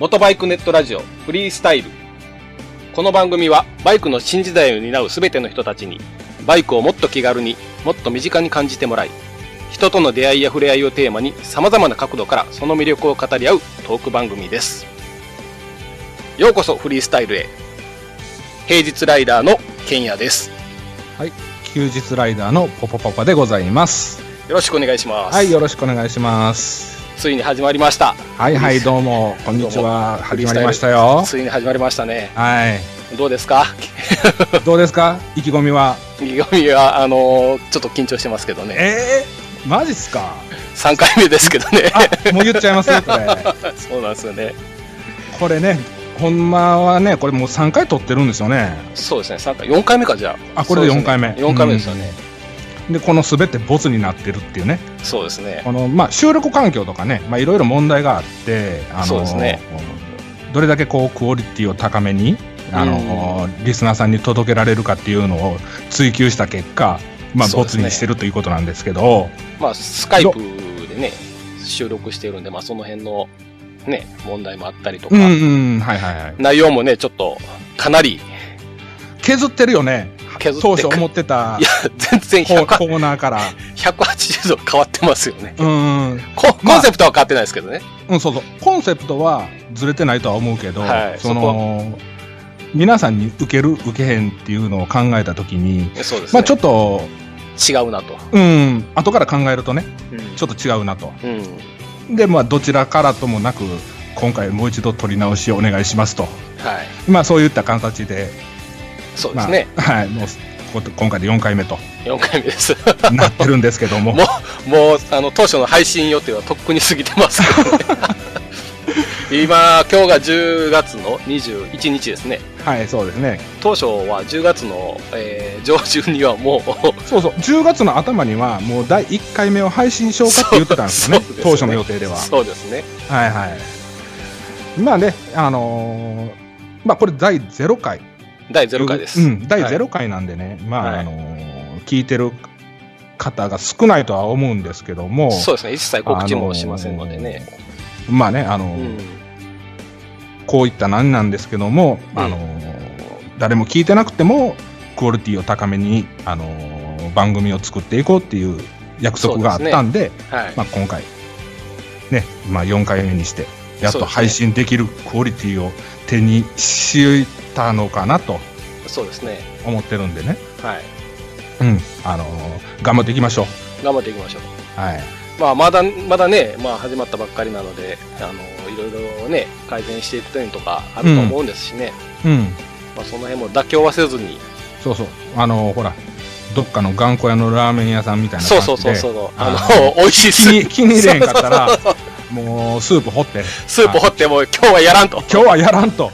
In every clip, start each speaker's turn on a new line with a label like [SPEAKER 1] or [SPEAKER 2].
[SPEAKER 1] 元バイクネットラジオフリースタイル。この番組はバイクの新時代を担うすべての人たちに、バイクをもっと気軽にもっと身近に感じてもらい、人との出会いや触れ合いをテーマに様々な角度からその魅力を語り合うトーク番組です。ようこそフリースタイルへ。平日ライダーのケンヤです。
[SPEAKER 2] 休日ライダーのポポパパでございます。
[SPEAKER 1] よろしくお願いします。
[SPEAKER 2] はい、よろしくお願いします。
[SPEAKER 1] ついに始まりました。
[SPEAKER 2] はいはい、どうも、こんにちは。始まりましたよ。
[SPEAKER 1] ついに始まりましたね。
[SPEAKER 2] はい。
[SPEAKER 1] どうですか
[SPEAKER 2] どうですか意気込みは。
[SPEAKER 1] 意気込みは、あのーちょっと緊張してますけどね。
[SPEAKER 2] えー、マジっすか
[SPEAKER 1] 3回目ですけどね。
[SPEAKER 2] あ、もう言っちゃい ますよ、これ。
[SPEAKER 1] そうなんですよね。
[SPEAKER 2] これね、ほんまはね、これもう3回撮ってるんですよね。
[SPEAKER 1] そうですね、三回、4回目か、じゃあ。
[SPEAKER 2] あこれで四回目
[SPEAKER 1] 4回目ですよね。
[SPEAKER 2] で、このすべてボツになってるっていうね。
[SPEAKER 1] そうですね。
[SPEAKER 2] この、まあ、収録環境とかね、まあ、いろいろ問題があって、あの
[SPEAKER 1] そうですね
[SPEAKER 2] どれだけこう、クオリティを高めに、あの、リスナーさんに届けられるかっていうのを追求した結果、まあ、
[SPEAKER 1] そう
[SPEAKER 2] ボ
[SPEAKER 1] です
[SPEAKER 2] ツ
[SPEAKER 1] ね
[SPEAKER 2] にしてるということなんですけど、
[SPEAKER 1] まあ、スカイプでね、収録してるんで、まあ、その辺の、ね、問題もあったりとか、
[SPEAKER 2] うんうん、はいはいはい。
[SPEAKER 1] 内容もね、ちょっと、かなり
[SPEAKER 2] 削ってるよね。
[SPEAKER 1] 削って
[SPEAKER 2] 当初思ってた
[SPEAKER 1] いや、 全然
[SPEAKER 2] コーコ
[SPEAKER 1] 100
[SPEAKER 2] ーナーから。
[SPEAKER 1] 180度変わってますよね。
[SPEAKER 2] うん、うん
[SPEAKER 1] コ
[SPEAKER 2] まあ
[SPEAKER 1] コンセプトは変わってないですけどね。
[SPEAKER 2] うん、そうそう。コンセプトはずれてないとは思うけど、
[SPEAKER 1] はい
[SPEAKER 2] その、皆さんに受ける、受けへんっていうのを考えたときに、
[SPEAKER 1] そうですね。
[SPEAKER 2] まあちょっと、
[SPEAKER 1] 違うなと。
[SPEAKER 2] うん、後から考えるとね、ち
[SPEAKER 1] ょ
[SPEAKER 2] ょっと違うなと。
[SPEAKER 1] うん。
[SPEAKER 2] で、まあ、どちらからともなく、今回もう一度取り直しをお願いしますと。
[SPEAKER 1] はい。
[SPEAKER 2] まあ、そういった形で、
[SPEAKER 1] そうで
[SPEAKER 2] まあ、
[SPEAKER 1] すね。
[SPEAKER 2] はい、もう、こ今回で4回目と
[SPEAKER 1] 4回目です。
[SPEAKER 2] なってるんですけども
[SPEAKER 1] も、もう、あの、当初の配信予定はとっくに過ぎてますけ どね。今、今日が10月の21日ですね。
[SPEAKER 2] はい、そうですね。
[SPEAKER 1] 当初は10月の、えー上旬にはもう、
[SPEAKER 2] そうそう、10月の頭には、もう第1回目を配信しようかって言ってたんですよね
[SPEAKER 1] そうそうです、ね
[SPEAKER 2] 当初の予定では。
[SPEAKER 1] そうですね。
[SPEAKER 2] はいはい。まあね、あのーまあ、これ第0回
[SPEAKER 1] 第0回です。
[SPEAKER 2] うん、第0回なんでね、まあ、
[SPEAKER 1] はい
[SPEAKER 2] あのー聞いてる方が少ないとは思うんですけども、
[SPEAKER 1] そうですね。一切告知もしませんのでね。
[SPEAKER 2] まあね、あのー
[SPEAKER 1] うん。
[SPEAKER 2] こういった何なんですけども、
[SPEAKER 1] うん
[SPEAKER 2] あのー誰も聞いてなくても、クオリティを高めに、あのー番組を作っていこうっていう約束があったんで、
[SPEAKER 1] はい。
[SPEAKER 2] まあ、今回、ね、まあ、4回目にして、やっ
[SPEAKER 1] そうですね
[SPEAKER 2] と配信できるクオリティを手にしたのかなと
[SPEAKER 1] そうですね。
[SPEAKER 2] 思ってるんでね、
[SPEAKER 1] はい。
[SPEAKER 2] うん、あのー頑張っていきましょう。
[SPEAKER 1] 頑張っていきましょう。
[SPEAKER 2] はい。
[SPEAKER 1] まあ、まだ、まだね、まあ、始まったばっかりなので、あの、いろいろね、改善していく点とかあると思うんですしね。
[SPEAKER 2] うん。
[SPEAKER 1] まあ、その辺も妥協はせずに、
[SPEAKER 2] そうそう。あの、ほら、どっかの頑固屋のラーメン屋さんみたいな
[SPEAKER 1] そ
[SPEAKER 2] 感
[SPEAKER 1] う
[SPEAKER 2] じで。。
[SPEAKER 1] そうそうそうう、
[SPEAKER 2] あ
[SPEAKER 1] あ
[SPEAKER 2] の
[SPEAKER 1] の、美味しい
[SPEAKER 2] 気
[SPEAKER 1] スー
[SPEAKER 2] に、
[SPEAKER 1] プ、
[SPEAKER 2] 気に入れへんかったら、もう、スープ掘って、
[SPEAKER 1] スープ掘っても今日はやらんと。
[SPEAKER 2] 今日はやらんと。も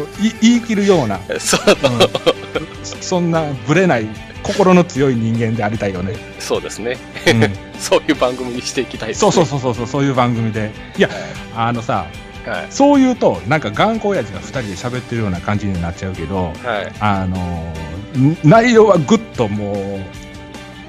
[SPEAKER 2] う、い言い切るような、
[SPEAKER 1] そう、
[SPEAKER 2] うん、そんな、ぶれない、心の強い人間でありたいよね。
[SPEAKER 1] そうですね。
[SPEAKER 2] う
[SPEAKER 1] そういう番組にしていきたいで
[SPEAKER 2] ん、
[SPEAKER 1] す、
[SPEAKER 2] そうそう
[SPEAKER 1] そ
[SPEAKER 2] そうそうそう、そういう番組で。いや、あのさ、
[SPEAKER 1] う。はい。
[SPEAKER 2] そう言うと、なんか頑固親父が二人で喋ってるような感じになっちゃうけど、
[SPEAKER 1] はい。
[SPEAKER 2] あのーん内容はぐっとも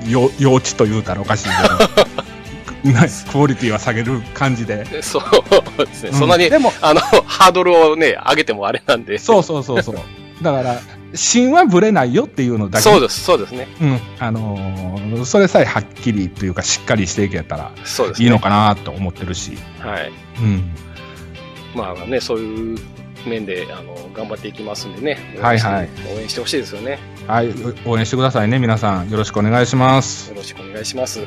[SPEAKER 2] うよ幼稚というたらおかしいけど なクオリティは下げる感じで、
[SPEAKER 1] でそうですね。
[SPEAKER 2] う
[SPEAKER 1] そんなに、
[SPEAKER 2] でも
[SPEAKER 1] あの、ハードルをね、上げてもあれなんで。
[SPEAKER 2] そうそうそうそう だから芯はぶれないよっていうのだけ
[SPEAKER 1] そうです、そうですね。
[SPEAKER 2] うんあのーそれさえはっきりというかしっかりしていけたら
[SPEAKER 1] そうです
[SPEAKER 2] い
[SPEAKER 1] ね。
[SPEAKER 2] いのかなと思ってるし、
[SPEAKER 1] はい。
[SPEAKER 2] うん、
[SPEAKER 1] まあね、そういう面で、あの、頑張っていきますんでね。
[SPEAKER 2] はいはい
[SPEAKER 1] 応援してほしいですよね。
[SPEAKER 2] はいお応援してくださいね皆さんよろしくお願いします
[SPEAKER 1] よろしくお願いします。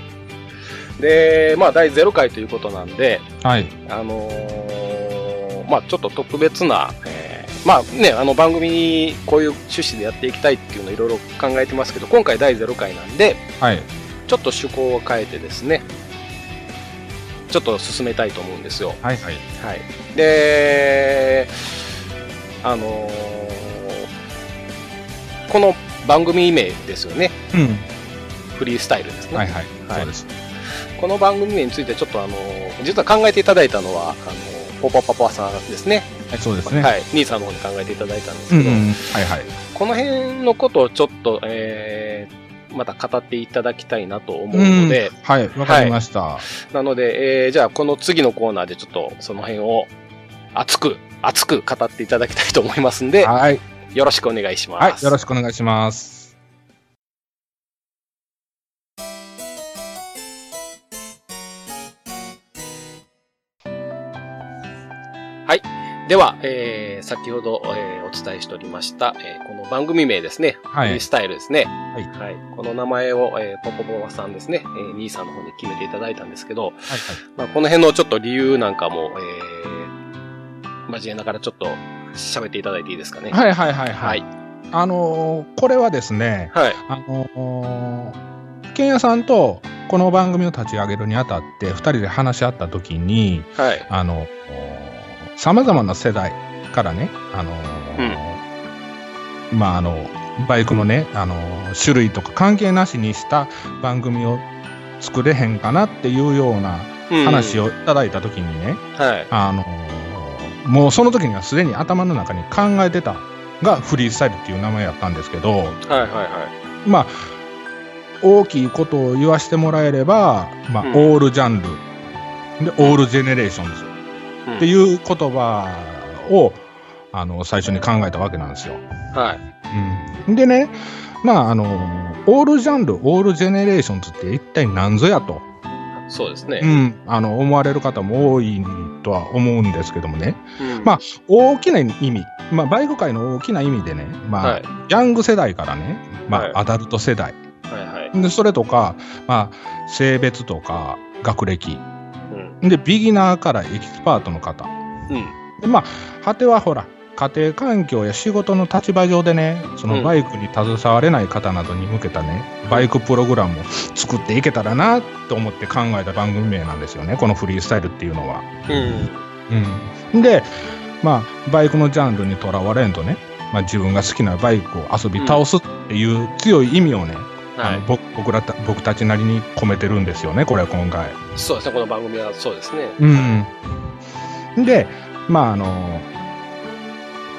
[SPEAKER 1] で、まあ、第0回ということなんで、
[SPEAKER 2] はい
[SPEAKER 1] あのーまあ、ちょっと特別な、えーまあね、あの番組にこういう趣旨でやっていきたいっていうのをいろいろ考えてますけど、今回第0回なんで、
[SPEAKER 2] はい
[SPEAKER 1] ちょっと趣向を変えてですね、ちょっと進めたいと思うんですよ。
[SPEAKER 2] はいはい
[SPEAKER 1] はい、で、あのーこの番組名ですよね、
[SPEAKER 2] うん
[SPEAKER 1] フリースタイルですね。
[SPEAKER 2] はいはい、
[SPEAKER 1] はい
[SPEAKER 2] そうです
[SPEAKER 1] この番組名についてちょっとあのー実は考えていただいたのは、あのーポパパパさんですね。
[SPEAKER 2] はいそうですね、
[SPEAKER 1] はい、兄さんの方に考えていただいたんです
[SPEAKER 2] うん
[SPEAKER 1] け
[SPEAKER 2] うん
[SPEAKER 1] ど、
[SPEAKER 2] はいはい
[SPEAKER 1] この辺のことをちょっと、えーまた語っていただきたいなと思う
[SPEAKER 2] うん
[SPEAKER 1] ので、
[SPEAKER 2] はい、わかりました。
[SPEAKER 1] なので、えーじゃあこの次のコーナーでちょっとその辺を熱く、熱く語っていただきたいと思いますんで、
[SPEAKER 2] はい。
[SPEAKER 1] よろしくお願いします。
[SPEAKER 2] はい。よろしくお願いします。
[SPEAKER 1] では、えー先ほど、えーお伝えしておりました、えーこの番組名ですね、
[SPEAKER 2] は
[SPEAKER 1] フリー
[SPEAKER 2] い。
[SPEAKER 1] スタイルですね。
[SPEAKER 2] い
[SPEAKER 1] はい。この名前を、えーポポポワさんですね、えー兄さんの方に決めていただいたんですけど、まあ、この辺のちょっと理由なんかも、えー、交えながらちょっと喋っていただいていいですかね。
[SPEAKER 2] はいはいはいは。
[SPEAKER 1] はいい。
[SPEAKER 2] あのーこれはですね、
[SPEAKER 1] はい。
[SPEAKER 2] あのー、ケンヤさんとこの番組を立ち上げるにあたって、二人で話し合った時に、
[SPEAKER 1] はい。
[SPEAKER 2] あの、さまざまな世代からね、あの、まあ、あの、バイクのね、あの、種類とか関係なしにした番組を作れへんかなっていうような
[SPEAKER 1] うん
[SPEAKER 2] 話。をいただいた時にね、
[SPEAKER 1] はい。
[SPEAKER 2] あの、もうその時にはすでに頭の中に考えてたがフリースタイルっていう名前やったんですけど、
[SPEAKER 1] はいはいはい。
[SPEAKER 2] まあ、大きいことを言わせてもらえれば、まあ、
[SPEAKER 1] うん
[SPEAKER 2] オールジャンル、で、オールジェネレーションズ
[SPEAKER 1] うん
[SPEAKER 2] っていう言葉をあの最初に考えたわけなんですよ。
[SPEAKER 1] はい。
[SPEAKER 2] うん、でね、まああの、オールジャンル、オールジェネレーションズって一体何ぞやと、
[SPEAKER 1] そうです
[SPEAKER 2] う
[SPEAKER 1] ね。
[SPEAKER 2] ん、あの思われる方も多いとは思うんですけどもね、
[SPEAKER 1] うん
[SPEAKER 2] まあ大きな意味、まあ、バイク界の大きな意味でね、まあ
[SPEAKER 1] はい。
[SPEAKER 2] ヤング世代からね、まあ
[SPEAKER 1] はい
[SPEAKER 2] アダルト世代
[SPEAKER 1] はいはい。
[SPEAKER 2] で、それとか、まあ、性別とか学歴
[SPEAKER 1] うん。
[SPEAKER 2] で、ビギナーからエキスパートの方。
[SPEAKER 1] うん。
[SPEAKER 2] でまあ果てはほら家庭環境や仕事の立場上でねそうの
[SPEAKER 1] ん
[SPEAKER 2] バイクに携われない方などに向けたね、バイクプログラムを作っていけたらなと思って考えた番組名なんですよねこのフリースタイルっていうのは。
[SPEAKER 1] うん。
[SPEAKER 2] うん、でまあバイクのジャンルにとらわれんとね、まあ、自分が好きなバイクを遊び倒すっていう強い意味をね、
[SPEAKER 1] は
[SPEAKER 2] あの僕僕らた僕たちなりに込めてるんですよねこれは今回。
[SPEAKER 1] い。そうですね。この番組はそうですね。
[SPEAKER 2] うん、でまああの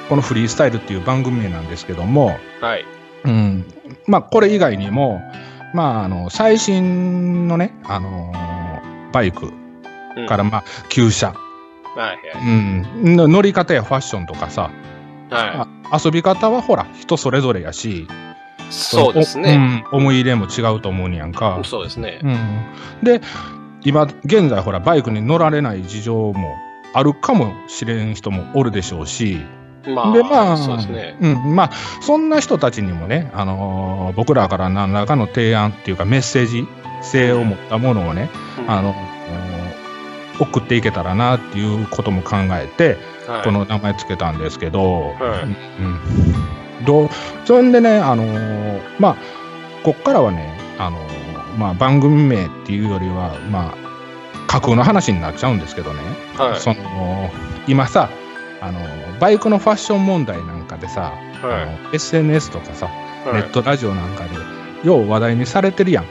[SPEAKER 2] この「フリースタイル」っていう番組名なんですけども、
[SPEAKER 1] はい。
[SPEAKER 2] うんまあ、これ以外にも、まあ、あの最新のねあのバイク
[SPEAKER 1] うん
[SPEAKER 2] から、まあ、旧
[SPEAKER 1] は
[SPEAKER 2] 車、
[SPEAKER 1] い
[SPEAKER 2] うん、の乗り方やファッションとかさ
[SPEAKER 1] はい。は
[SPEAKER 2] 遊び方はほら人それぞれやし
[SPEAKER 1] い。そうですね。
[SPEAKER 2] おうん思い入れも違うと思うんやんか、
[SPEAKER 1] そうですね
[SPEAKER 2] う。ん、で今現在ほらバイクに乗られない事情もあるかもしれん人もおるでしょうし
[SPEAKER 1] まあ、
[SPEAKER 2] でまあ
[SPEAKER 1] そうですね。
[SPEAKER 2] うんまあ、そんな人たちにもね、あのー僕らから何らかの提案っていうかメッセージ性を持ったものをね、
[SPEAKER 1] うん
[SPEAKER 2] あのうん送っていけたらなっていうことも考えて、
[SPEAKER 1] はい
[SPEAKER 2] この名前つけたんですけど、
[SPEAKER 1] はい
[SPEAKER 2] うん、どうそんでね、あのーまあこっからはね、あのーまあ、番組名っていうよりは、まあ、架空の話になっちゃうんですけどね、
[SPEAKER 1] はい。
[SPEAKER 2] その今さあのバイクのファッション問題なんかで
[SPEAKER 1] は
[SPEAKER 2] さ、
[SPEAKER 1] い
[SPEAKER 2] あの SNS とかさ、
[SPEAKER 1] は
[SPEAKER 2] ネ
[SPEAKER 1] い
[SPEAKER 2] ットラジオなんかでよう話題にされてるやん。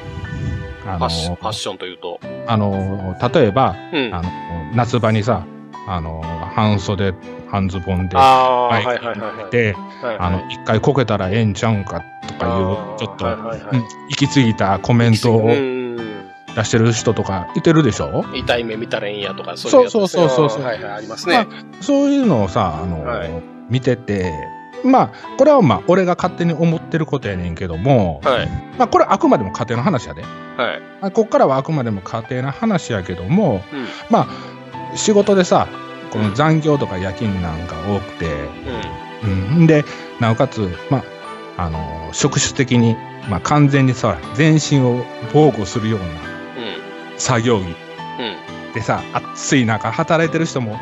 [SPEAKER 2] あ
[SPEAKER 1] ファッション
[SPEAKER 2] の
[SPEAKER 1] ファッションというと。
[SPEAKER 2] あの例えば
[SPEAKER 1] うん。
[SPEAKER 2] あ
[SPEAKER 1] あ
[SPEAKER 2] の夏場にさあの半袖半ズボンで。
[SPEAKER 1] あー、は
[SPEAKER 2] バ
[SPEAKER 1] い
[SPEAKER 2] イ
[SPEAKER 1] はい
[SPEAKER 2] ク
[SPEAKER 1] はいはい。
[SPEAKER 2] で、
[SPEAKER 1] はい
[SPEAKER 2] あの、一回こけたらええんちゃうんかとかいう、ちょっと、うん行き過ぎたコメントを
[SPEAKER 1] を
[SPEAKER 2] 出してる人とかいてるでしょ
[SPEAKER 1] 痛い目見たらええんやとか、そういうやつですね
[SPEAKER 2] そうそうそうそう
[SPEAKER 1] はいはい、ありますね。
[SPEAKER 2] そういうのをさ、あの、
[SPEAKER 1] はい
[SPEAKER 2] 見てて、まあ、これはまあ、俺が勝手に思ってることやねんけども、
[SPEAKER 1] はい。
[SPEAKER 2] まあ、これあくまでも家庭の話やで。
[SPEAKER 1] はい。
[SPEAKER 2] あこっからはあくまでも家庭の話やけども、
[SPEAKER 1] うん
[SPEAKER 2] まあ、仕事でさ、この残業とか夜勤なんか多くて、うん、で、なおかつ、まあ、あの、職種的に、まあ、完全にさ、全身を防護するような
[SPEAKER 1] うん。
[SPEAKER 2] 作業着
[SPEAKER 1] うん。
[SPEAKER 2] でさ、暑い中働いてる人も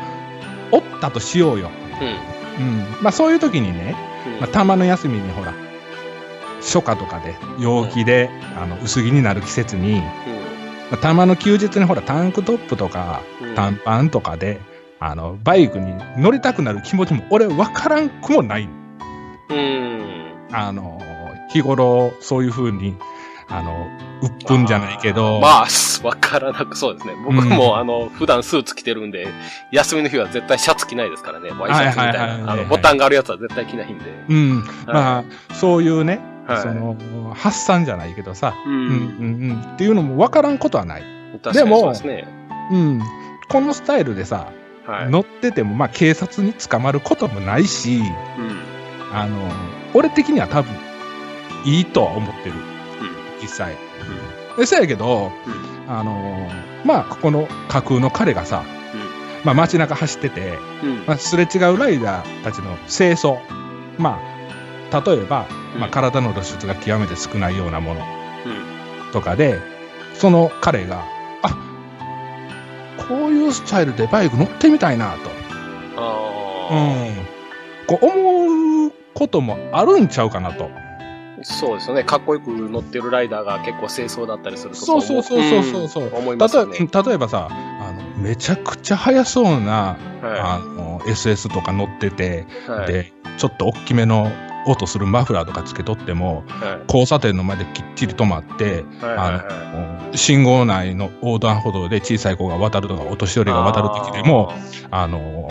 [SPEAKER 2] おったとしようよ。
[SPEAKER 1] うん。
[SPEAKER 2] うん。まあ、そういう時にね、
[SPEAKER 1] うん。
[SPEAKER 2] まあ、たまの休みにほら初夏とかで陽気で、あの薄着になる季節に、まあ、たまの休日にほらタンクトップとか
[SPEAKER 1] うん
[SPEAKER 2] 短パンとかで、あのバイクに乗りたくなる気持ちも俺分からんくもない
[SPEAKER 1] うん。
[SPEAKER 2] あの日頃そういう風にあの鬱憤じゃないけど
[SPEAKER 1] まあ、すわからなくそうですね。僕
[SPEAKER 2] うん
[SPEAKER 1] も、あの、普段スーツ着てるんで、休みの日は絶対シャツ着ないですからね。ワイシャツみたい
[SPEAKER 2] はいはいはいは
[SPEAKER 1] な。あ
[SPEAKER 2] い
[SPEAKER 1] の、ボタンがあるやつは絶対着ないんで。
[SPEAKER 2] うん、まあそういうね、
[SPEAKER 1] はい
[SPEAKER 2] その発散じゃないけどさ、
[SPEAKER 1] う
[SPEAKER 2] うん
[SPEAKER 1] ん。
[SPEAKER 2] うんうん、っていうのも分からんことはない。
[SPEAKER 1] 確かにそうですね。
[SPEAKER 2] うん、このスタイルでさ、
[SPEAKER 1] はい。
[SPEAKER 2] 乗ってても、まあ、警察に捕まることもないし、
[SPEAKER 1] うん。
[SPEAKER 2] あの、俺的には多分、いいとは思って
[SPEAKER 1] う
[SPEAKER 2] る。実際。でそやけど、
[SPEAKER 1] う
[SPEAKER 2] あの、まあ、ここの架空の彼がさ、まあ、街中走ってて、
[SPEAKER 1] ん。うん。
[SPEAKER 2] まあ、すれ違うライダーたちの清掃。まあ、例えば、まあ、体の露出が極めて少ないようなもの
[SPEAKER 1] うん。
[SPEAKER 2] とかで、その彼が、あこういうスタイルでバイク乗ってみたいなと、
[SPEAKER 1] あ
[SPEAKER 2] うん、こう思うこともあるんちゃうかなと。
[SPEAKER 1] あ。そうですよね。かっこよく乗ってるライダーが結構清掃だったりすると
[SPEAKER 2] そうそうそうそうそうそう
[SPEAKER 1] うん思い
[SPEAKER 2] 例
[SPEAKER 1] ますよね。
[SPEAKER 2] え例えばさあの、めちゃくちゃ速そうな、あ
[SPEAKER 1] は
[SPEAKER 2] の SS とか乗ってて、
[SPEAKER 1] い。はい。
[SPEAKER 2] で、ちょっと大きめの音するマフラーとかつけとっても、
[SPEAKER 1] はい。
[SPEAKER 2] 交差点の前できっちり止まって、
[SPEAKER 1] はい。はい。
[SPEAKER 2] もう信号内の横断歩道で小さい子が渡るとかお年寄りが渡る時でもあの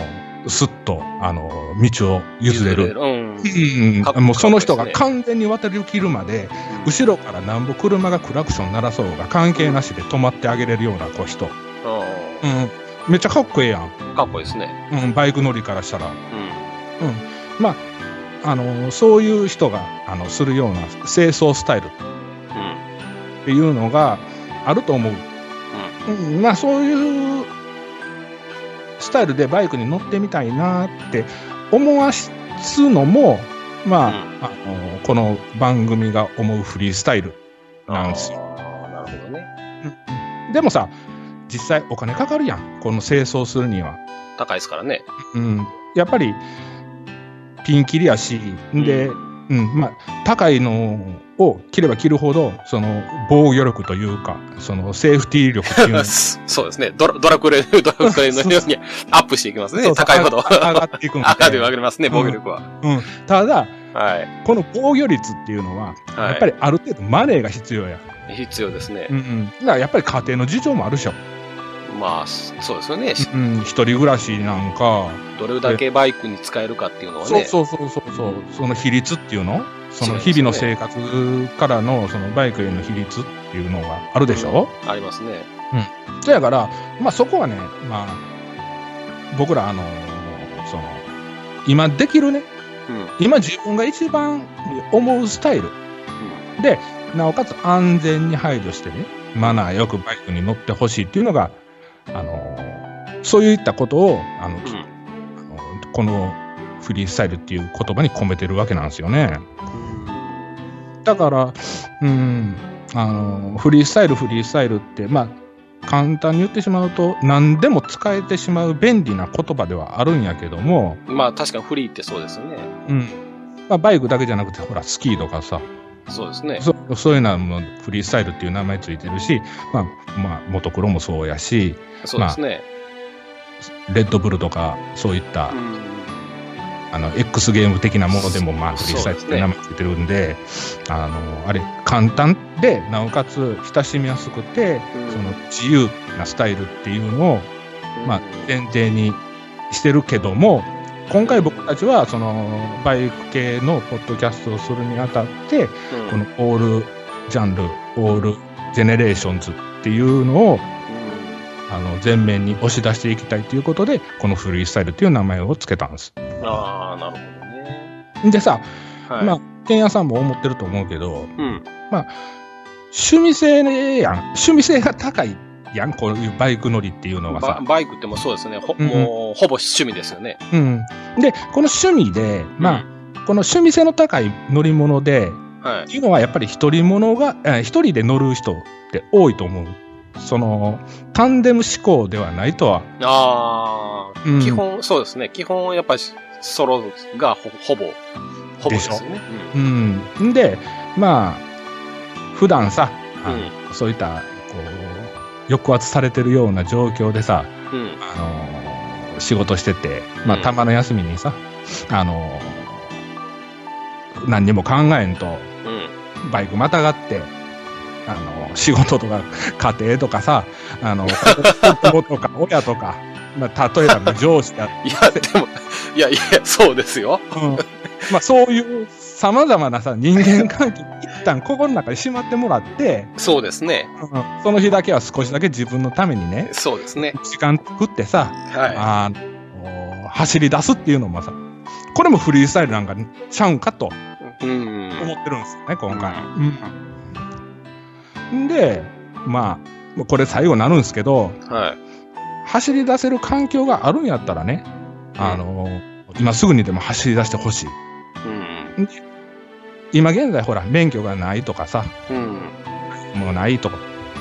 [SPEAKER 2] すっとあの道を譲れる。
[SPEAKER 1] うん。か
[SPEAKER 2] うん
[SPEAKER 1] っこいいですね
[SPEAKER 2] もうその人が完全に渡りきるまで後ろからなんぼ車がクラクション鳴らそうが関係なしで止まってあげれるようなこう人、
[SPEAKER 1] う
[SPEAKER 2] うん、めっちゃかっこええや
[SPEAKER 1] ん。かっこいいですね。
[SPEAKER 2] ん、うん、バイク乗りからしたら
[SPEAKER 1] うん。
[SPEAKER 2] まああのそういう人があのするような清掃スタイル
[SPEAKER 1] うん。
[SPEAKER 2] っていうのがあると思う、うんまあそういうスタイルでバイクに乗ってみたいなって思わすのもまあ,、あのこの番組が思うフリースタイルなんですよ
[SPEAKER 1] ああ、なるほどね。
[SPEAKER 2] でもさ実際お金かかるやんこの清掃するには、
[SPEAKER 1] 高いですからね。
[SPEAKER 2] うん、やっぱりピンキリやしで、
[SPEAKER 1] う
[SPEAKER 2] うんまあ、高いのを切れば切るほどその防御力というかそのセーフティー力っていうの
[SPEAKER 1] そうですね。ドラドラクエ、 ドラクエの ようにアップしていきます
[SPEAKER 2] そ
[SPEAKER 1] ね。
[SPEAKER 2] うそう
[SPEAKER 1] 高いほど。
[SPEAKER 2] あ 上がって いくんで
[SPEAKER 1] 赤で分かりますね、防御力は。
[SPEAKER 2] ただ
[SPEAKER 1] はい。
[SPEAKER 2] この防御率っていうのは、
[SPEAKER 1] はい
[SPEAKER 2] やっぱりある程度マネーが必要や、
[SPEAKER 1] 必要ですね。
[SPEAKER 2] うんうん、だからやっぱり家庭の事情もあるでしょ、
[SPEAKER 1] まあ、そうですよね。
[SPEAKER 2] うん、一人暮らしなんか、
[SPEAKER 1] どれだけバイクに使えるかっていうのは
[SPEAKER 2] そう
[SPEAKER 1] ね。
[SPEAKER 2] そうそうそうそうその比率っていうのその日々の生活からのそのバイクへの比率っていうのがあるでしょ、
[SPEAKER 1] ありますね。
[SPEAKER 2] そやから、まあ、そこはね、まあ、僕らあのその今できるね
[SPEAKER 1] うん。
[SPEAKER 2] 今自分が一番思うスタイル、でなおかつ安全に配慮してねマナーよくバイクに乗ってほしいっていうのがあのそういったことをあの、き
[SPEAKER 1] う
[SPEAKER 2] あのこのフリースタイルっていう言葉に込めてるわけなんですよねだからうんあのフリースタイルフリースタイルってまあ簡単に言ってしまうと何でも使えてしまう便利な言葉ではあるんやけども、
[SPEAKER 1] ん。まあ、確かにフリーってそうですよね。
[SPEAKER 2] うんまあ、バイクだけじゃなくてほらスキーとかさ
[SPEAKER 1] そうですね。
[SPEAKER 2] そそういうのはもうフリースタイルっていう名前ついてるし、まあ、まあ、モトクロもそうやし、
[SPEAKER 1] そうですね。
[SPEAKER 2] レッドブルとか、そういった
[SPEAKER 1] う、ん。
[SPEAKER 2] あの、X ゲーム的なものでも、まあ、
[SPEAKER 1] そ
[SPEAKER 2] フリースタイルって名
[SPEAKER 1] そうで
[SPEAKER 2] 前ついてるんで、あの、あれ、簡単で、なおかつ親しみやすくて、
[SPEAKER 1] うん
[SPEAKER 2] その自由なスタイルっていうのを、まあ、前提にしてるけども、今回僕たちは、その、バイク系のポッドキャストをするにあたって、
[SPEAKER 1] うん
[SPEAKER 2] このオールジャンル、オールジェネレーションズっていうのをあの前面に押し出していきたいということで、このフリースタイルっていう名前をつけたんです。
[SPEAKER 1] うんああ、なるほどね。
[SPEAKER 2] でさ、
[SPEAKER 1] はい。
[SPEAKER 2] まあ、ケンヤさんも思ってると思うけど、
[SPEAKER 1] うん。
[SPEAKER 2] 趣味性やん、趣味性が高いやん、こういうバイク乗りっていうのが
[SPEAKER 1] バ
[SPEAKER 2] さ。
[SPEAKER 1] バイクってもそうですね。ほ
[SPEAKER 2] うんうん
[SPEAKER 1] もう、ほぼ趣味ですよね。
[SPEAKER 2] うん、で、この趣味で、まあ、この趣味性の高い乗り物で、
[SPEAKER 1] はい
[SPEAKER 2] っ。ていうのはやっぱり一人ものが、えー一人で乗る人って多いと思う。その、タンデム思考ではないとは。
[SPEAKER 1] ああ、
[SPEAKER 2] うん
[SPEAKER 1] 基本、そうですね。基本、やっぱり、ソロがほほぼ、ほぼですよね。
[SPEAKER 2] うん。で、まあ、普段さ、
[SPEAKER 1] う
[SPEAKER 2] あ
[SPEAKER 1] ん。う
[SPEAKER 2] の
[SPEAKER 1] ん
[SPEAKER 2] そういった、こう、抑圧されてるような状況でさ、
[SPEAKER 1] うん。
[SPEAKER 2] あのー仕事してて、まあ、
[SPEAKER 1] うん
[SPEAKER 2] たまの休みにさ、あのー何にも考えんと、
[SPEAKER 1] うん。
[SPEAKER 2] バイクまたがって、あの、仕事とか家庭とかさ、あ の、子供とか親とか、まあ、例えばね上司だっ
[SPEAKER 1] いや、でも、いやいや、そうですよ。
[SPEAKER 2] た、うんまあそういう様々なさ、人間関係、一旦心の中にしまってもらって、
[SPEAKER 1] そうですね。
[SPEAKER 2] うんその日だけは少しだけ自分のためにね、
[SPEAKER 1] そうですね。
[SPEAKER 2] 時間作ってさ、
[SPEAKER 1] はい。
[SPEAKER 2] あ走り出すっていうのもさ、これもフリースタイルなんかちゃうんかと
[SPEAKER 1] うん。
[SPEAKER 2] 思ってるんですよね、今回。うんで、まあ、これ最後になるんですけど、
[SPEAKER 1] はい。
[SPEAKER 2] 走り出せる環境があるんやったらね、あの今すぐにでも走り出してほしい。
[SPEAKER 1] うん。
[SPEAKER 2] 今現在ほら、免許がないとかさ、
[SPEAKER 1] うん。
[SPEAKER 2] もうないとか、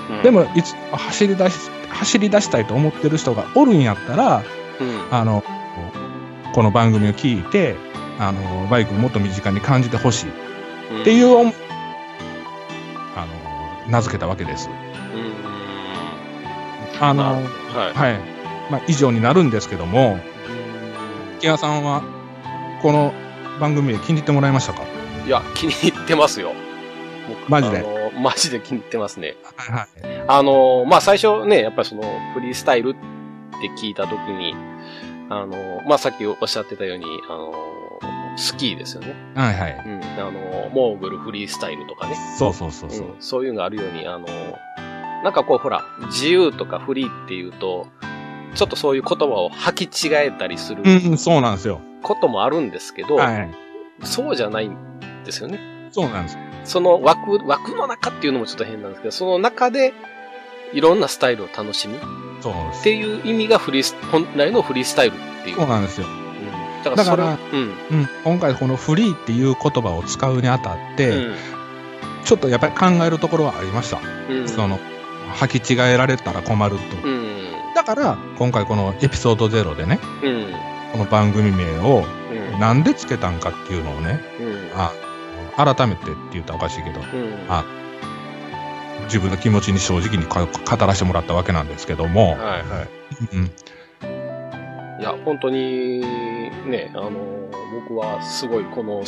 [SPEAKER 1] うん
[SPEAKER 2] で、もいつ走り出し、走り出したいと思ってる人がおるんやったら、
[SPEAKER 1] うん。
[SPEAKER 2] あの、この番組を聞いて、あの、バイクをもっと身近に感じてほしい
[SPEAKER 1] っ
[SPEAKER 2] っていうう思い、あの、名付けたわけです。
[SPEAKER 1] ん。うん。
[SPEAKER 2] あの、
[SPEAKER 1] な
[SPEAKER 2] は
[SPEAKER 1] るはい。
[SPEAKER 2] い。まあ、以上になるんですけども、木屋さんは、この番組で気に入ってもらいましたか
[SPEAKER 1] いや、気に入ってますよ。僕
[SPEAKER 2] マジで
[SPEAKER 1] あのマジで気に入ってますね。
[SPEAKER 2] はいはい。
[SPEAKER 1] あの、まあ、最初ね、やっぱりその、フリースタイルって聞いたときに、あの、まあ、さっきおっしゃってたように、あの、スキーですよね。
[SPEAKER 2] はいはい。
[SPEAKER 1] うん。あの、モーグルフリースタイルとかね。
[SPEAKER 2] そうそうそうそう。
[SPEAKER 1] うん、そういうのがあるように、あの、なんかこうほら、自由とかフリーっていうと、ちょっとそういう言葉を履き違えたりする
[SPEAKER 2] うん、そうなんですよ。
[SPEAKER 1] こともあるんですけど、
[SPEAKER 2] はい。
[SPEAKER 1] そうじゃないんですよね。
[SPEAKER 2] そうなんですよ。
[SPEAKER 1] その枠、枠の中っていうのもちょっと変なんですけど、その中でいろんなスタイルを楽しむっ
[SPEAKER 2] そうなんです。
[SPEAKER 1] ていう意味がフリース、本来のフリースタイルっていう。
[SPEAKER 2] そうなんですよ。
[SPEAKER 1] うんだからそれ
[SPEAKER 2] だ
[SPEAKER 1] は
[SPEAKER 2] か、
[SPEAKER 1] うん。
[SPEAKER 2] うん。今回このフリーっていう言葉を使うにあたって、
[SPEAKER 1] うん
[SPEAKER 2] ちょっとやっぱり考えるところはありました。
[SPEAKER 1] うん。
[SPEAKER 2] その、履き違えられたら困ると。
[SPEAKER 1] うん。
[SPEAKER 2] だから、今回このエピソード0でね、
[SPEAKER 1] うん。うん。
[SPEAKER 2] この番組名を
[SPEAKER 1] うん。
[SPEAKER 2] なんでつけたんかっていうのをね、
[SPEAKER 1] うん。
[SPEAKER 2] あ改めてって言ったらおかしいけど、
[SPEAKER 1] うん
[SPEAKER 2] あ自分の気持ちに正直にか語らせてもらったわけなんですけども、
[SPEAKER 1] はいはい。
[SPEAKER 2] うん、
[SPEAKER 1] いや、本当に、ね、あの、僕はすごいこの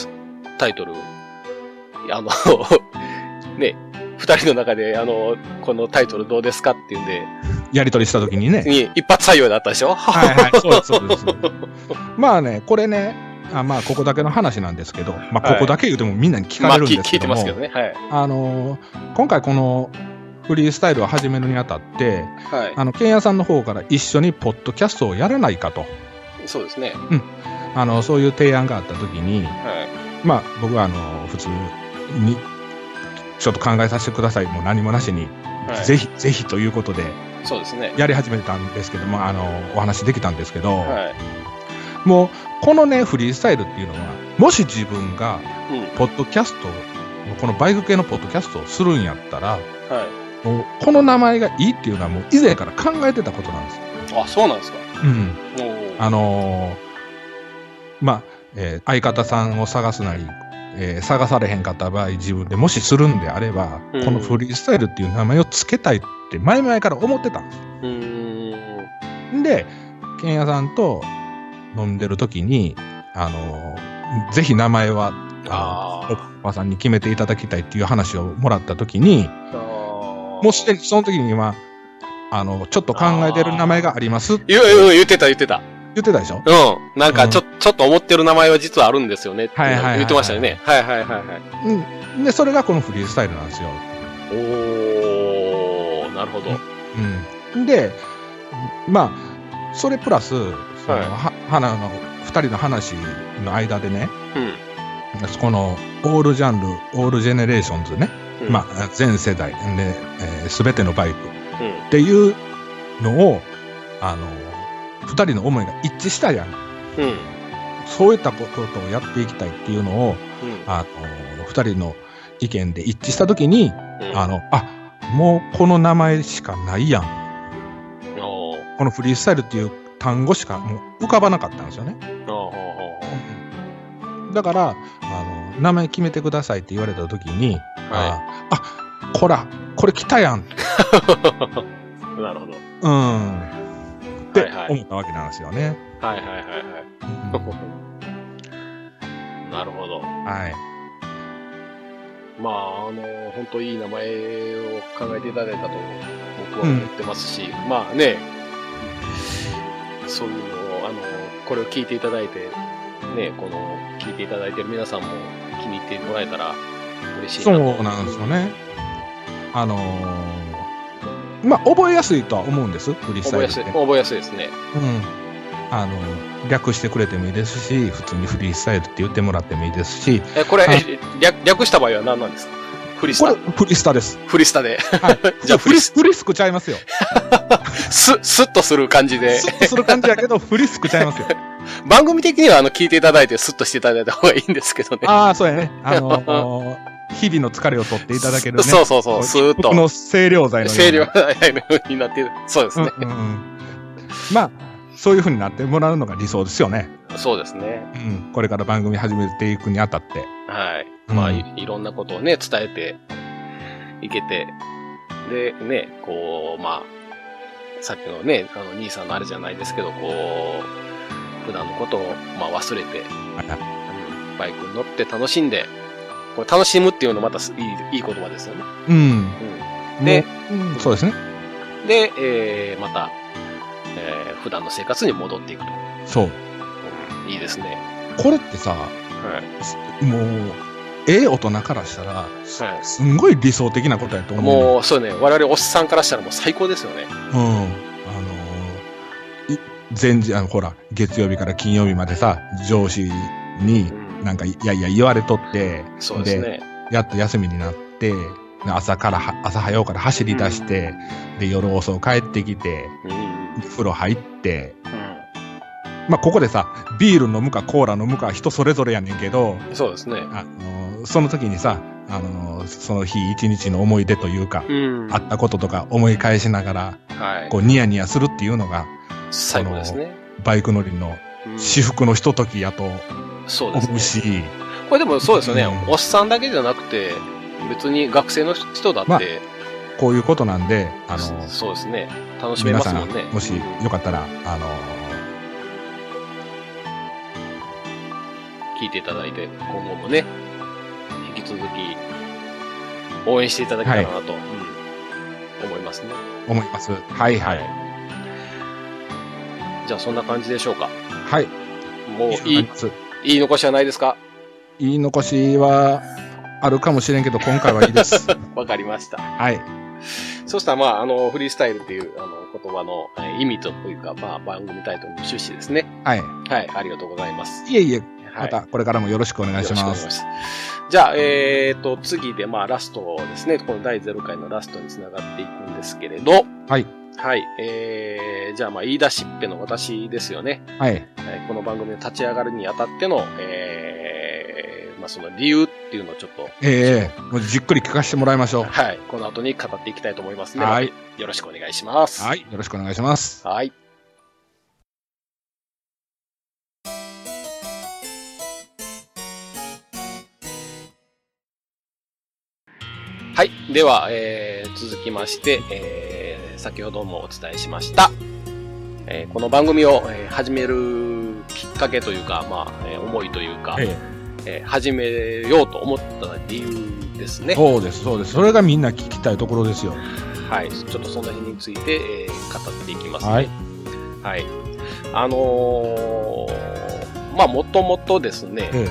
[SPEAKER 1] タイトル、あの、 ね、二人の中で、あの、このタイトルどうですかっていうんで、
[SPEAKER 2] やり取りした時に ね。
[SPEAKER 1] に一発採用だったでしょ
[SPEAKER 2] はい
[SPEAKER 1] は
[SPEAKER 2] はい、そうです、そうです。まあね、これね、あまあ、ここだけの話なんですけど、まあ、ここだけ言うてもみんなに聞か
[SPEAKER 1] まあ、
[SPEAKER 2] れるん
[SPEAKER 1] 聞
[SPEAKER 2] で
[SPEAKER 1] 聞
[SPEAKER 2] す
[SPEAKER 1] い
[SPEAKER 2] け
[SPEAKER 1] て
[SPEAKER 2] ど
[SPEAKER 1] ま
[SPEAKER 2] も
[SPEAKER 1] すけどね。はい。
[SPEAKER 2] あのー今回このフリースタイルを始めるにあたって、
[SPEAKER 1] はい。
[SPEAKER 2] あの、ケンヤさんの方から一緒にポッドキャストをやらないかと、
[SPEAKER 1] そうですね。
[SPEAKER 2] あの、そういう提案があった時に、
[SPEAKER 1] は
[SPEAKER 2] まあ、僕はあの、普通に、ちょっと考えさせてください。もう何もなしに、
[SPEAKER 1] い。はい、
[SPEAKER 2] ぜひ、ぜひということで、
[SPEAKER 1] そうですね。
[SPEAKER 2] やり始めたんですけども、あの、お話できたんですけど、
[SPEAKER 1] はい。
[SPEAKER 2] もう、このね、フリースタイルっていうのは、もし自分が、
[SPEAKER 1] うん。
[SPEAKER 2] ポッドキャストを、このバイク系のポッドキャストをするんやったら、
[SPEAKER 1] は
[SPEAKER 2] もうこの名前がいいっていうのはもう以前から考えてたことなんですよ。
[SPEAKER 1] い。あ、そうなんですか。
[SPEAKER 2] うん。
[SPEAKER 1] お
[SPEAKER 2] あのーまあ、えー相方さんを探すなり、えー探されへんかった場合、自分でもしするんであれば、
[SPEAKER 1] うん
[SPEAKER 2] このフリースタイルっていう名前を付けたいって前々から思ってたんで
[SPEAKER 1] うーん。
[SPEAKER 2] す。んで、ケンヤさんと飲んでる時に、あのーぜひ名前は、
[SPEAKER 1] あ
[SPEAKER 2] お
[SPEAKER 1] ー
[SPEAKER 2] ばさんに決めていただきたいっていう話をもらった時に、
[SPEAKER 1] あー。
[SPEAKER 2] もうすでにその時には、あの、ちょっと考えてる名前がありますって
[SPEAKER 1] 言う、言う言ってた言ってた。
[SPEAKER 2] 言ってたでしょ
[SPEAKER 1] うん。なんか、ちょ、ちょっと思ってる名前は実はあるんですよね。って
[SPEAKER 2] はいはいはいはい
[SPEAKER 1] 言ってましたよね。はいはいはいはい。
[SPEAKER 2] うん。で、それがこのフリースタイルなんですよ。
[SPEAKER 1] おー、なるほど。
[SPEAKER 2] うん。で、まあ、それプラス、その、
[SPEAKER 1] はい
[SPEAKER 2] は、花の、二人の話の間でね、
[SPEAKER 1] うん。
[SPEAKER 2] この、オールジャンル、オールジェネレーションズね、
[SPEAKER 1] うん
[SPEAKER 2] ま、あ、全世代で、す、え、べ、全てのバイクっ
[SPEAKER 1] うん。
[SPEAKER 2] ていうのを、あの、二人の思いが一致したやん。
[SPEAKER 1] うん。
[SPEAKER 2] そういったことをやっていきたいっていうの
[SPEAKER 1] う
[SPEAKER 2] を、
[SPEAKER 1] ん。
[SPEAKER 2] あの、二人の意見で一致したとき
[SPEAKER 1] う
[SPEAKER 2] に、
[SPEAKER 1] ん
[SPEAKER 2] あの、あ、もうこの名前しかないやん。
[SPEAKER 1] おー
[SPEAKER 2] このフリースタイルっていう単語しかもう浮かばなかったんですよね。
[SPEAKER 1] おーおーおー
[SPEAKER 2] だから、あの、名前決めてくださいって言われたときに、ああ、こら、これ来たやん。
[SPEAKER 1] はい。なるほど。
[SPEAKER 2] うん。って
[SPEAKER 1] はいはい
[SPEAKER 2] 思ったわけなんです よね。
[SPEAKER 1] はいはいはいはい。なるほど。
[SPEAKER 2] うんはい。
[SPEAKER 1] まあ、あの、本当いい名前を考えていただいたと僕は思ってますし、まあね、そういうのを、あの、これを聞いていただいて、ね、この、聞いていただいてる皆さんも気に入ってもらえたら嬉しい
[SPEAKER 2] そ
[SPEAKER 1] な
[SPEAKER 2] う
[SPEAKER 1] と
[SPEAKER 2] なんですよ。ね。あのーまあ、覚えやすいとは思うんです、フリース
[SPEAKER 1] 覚え
[SPEAKER 2] タイル
[SPEAKER 1] や
[SPEAKER 2] っ
[SPEAKER 1] す
[SPEAKER 2] て
[SPEAKER 1] い、。覚えやすいですね。
[SPEAKER 2] うん。あの略してくれてもいいですし普通にフリースタイルって言ってもらってもいいですし
[SPEAKER 1] え、これ、
[SPEAKER 2] あ
[SPEAKER 1] え略略した場合は何なんですかフリス
[SPEAKER 2] これ
[SPEAKER 1] タ。
[SPEAKER 2] フリス タです、
[SPEAKER 1] フリスタで。
[SPEAKER 2] はい、
[SPEAKER 1] じゃあ
[SPEAKER 2] フリスフリスクちゃいますよ
[SPEAKER 1] す、すっとする感じで
[SPEAKER 2] ス。ッとする感じやけどフリスクちゃいますよ
[SPEAKER 1] 番組的には、あの、聞いていただいて、すっとしていただいた方がいいんですけどね。
[SPEAKER 2] ああそうやねあの日々の疲れを取っていただけるね
[SPEAKER 1] そうそうそう、すーっ
[SPEAKER 2] 僕
[SPEAKER 1] と。
[SPEAKER 2] の清涼剤のような
[SPEAKER 1] 声量がないのようになっている。そうですね。
[SPEAKER 2] うんうんうんまあそういうふうになってもらうのが理想ですよね、
[SPEAKER 1] そうですね。
[SPEAKER 2] うん、これから番組始めていくにあたって
[SPEAKER 1] はい。
[SPEAKER 2] うん
[SPEAKER 1] まあ、いいろんなことをね、伝えていけて。で、ね、こう、まあ、さっきのね、あの、兄さんのあれじゃないですけど、こう、普段のことを、まあ、忘れて、うんバイクに乗って楽しんで、これ楽しむっていうのまたすいい、いい言葉ですよね。
[SPEAKER 2] うん
[SPEAKER 1] うん。で、
[SPEAKER 2] もううんそうですね
[SPEAKER 1] で、えーまた、えー普段の生活に戻っていくと。
[SPEAKER 2] そう
[SPEAKER 1] うんいいですね。
[SPEAKER 2] これってさ
[SPEAKER 1] はい。
[SPEAKER 2] もうええ大人からしたらす
[SPEAKER 1] はい
[SPEAKER 2] すんごい理想的なことやと思うね、
[SPEAKER 1] もう、そうね、我々おっさんからしたらもう最高ですよね。
[SPEAKER 2] うん、あのーい前日あのほら月曜日から金曜日までさ上司に
[SPEAKER 1] うん
[SPEAKER 2] なんかいやいや言われとって
[SPEAKER 1] そうですね。
[SPEAKER 2] やっと休みになって朝からは朝早うから走り出して、で夜遅う帰ってきて
[SPEAKER 1] うん。うん
[SPEAKER 2] 風呂入ってまあここでさビール飲むかコーラ飲むか人それぞれやねんけど
[SPEAKER 1] そうですね。
[SPEAKER 2] あのーその時にさあのーその日一日の思い出というか、
[SPEAKER 1] うん。
[SPEAKER 2] あったこととか思い返しながら
[SPEAKER 1] はい。
[SPEAKER 2] こうニヤニヤするっていうのが
[SPEAKER 1] 最高ですね。
[SPEAKER 2] バイク乗りの
[SPEAKER 1] うん
[SPEAKER 2] 至福のひとときやと
[SPEAKER 1] そう
[SPEAKER 2] 思う
[SPEAKER 1] ですね。
[SPEAKER 2] し、
[SPEAKER 1] これでもそうですよね
[SPEAKER 2] う。ん
[SPEAKER 1] おっさんだけじゃなくて、別に学生の人だって、
[SPEAKER 2] まあこういうことなんであのー
[SPEAKER 1] そうですね。楽しめ
[SPEAKER 2] 皆
[SPEAKER 1] ます
[SPEAKER 2] さ
[SPEAKER 1] も
[SPEAKER 2] ん
[SPEAKER 1] んね。
[SPEAKER 2] もしよかったらあのー
[SPEAKER 1] 聞いていただいて、今後もね、引き続き応援していただけたらなと、うん思いますね。
[SPEAKER 2] 思います。はいはい。
[SPEAKER 1] じゃあそんな感じでしょうか。
[SPEAKER 2] はい。
[SPEAKER 1] もう
[SPEAKER 2] 以上に
[SPEAKER 1] い
[SPEAKER 2] ないり、ます
[SPEAKER 1] 言い残しはないですか
[SPEAKER 2] 言い残しはあるかもしれんけど、今回はい いです。
[SPEAKER 1] わかりました。
[SPEAKER 2] はい。
[SPEAKER 1] そしたらまあ、あの、フリースタイルっていうあの言葉のえー意味というか、まあ、番組タイトルの趣旨ですね。
[SPEAKER 2] は
[SPEAKER 1] はい、ありがとうございます。
[SPEAKER 2] い。いえいえ、
[SPEAKER 1] は
[SPEAKER 2] ま
[SPEAKER 1] い。
[SPEAKER 2] たこれからもよろしくお願いします。
[SPEAKER 1] よろしくお願いします。じゃあ、えー、と、次で、まあ、ラストですね。この第0回のラストにつながっていくんですけれど。
[SPEAKER 2] はい。
[SPEAKER 1] はい。えー、じゃあ、まあ、言い出しっぺの私ですよね。
[SPEAKER 2] はい。
[SPEAKER 1] はいこの番組で立ち上がるにあたっての、えー、まあ、その理由っていうのをちょっと、
[SPEAKER 2] ええもうじっくり聞かせてもらいましょう。
[SPEAKER 1] はい。この後に語っていきたいと思いますね。
[SPEAKER 2] はい。
[SPEAKER 1] よろしくお願いします。
[SPEAKER 2] はい。よろしくお願いします。
[SPEAKER 1] はい。はい。では、えー続きまして、えー先ほどもお伝えしました、えーこの番組を、えー始めるきっかけというか、まあ、えー思いというか、え
[SPEAKER 2] え
[SPEAKER 1] ー始めようと思った理由です
[SPEAKER 2] え
[SPEAKER 1] ね。
[SPEAKER 2] そうです、そうです。それがみんな聞きたいところですよ。
[SPEAKER 1] はい。ちょっとその辺について、えー語っていきます、ね。
[SPEAKER 2] はい。
[SPEAKER 1] はい。あのーまあ、もともとですね、
[SPEAKER 2] え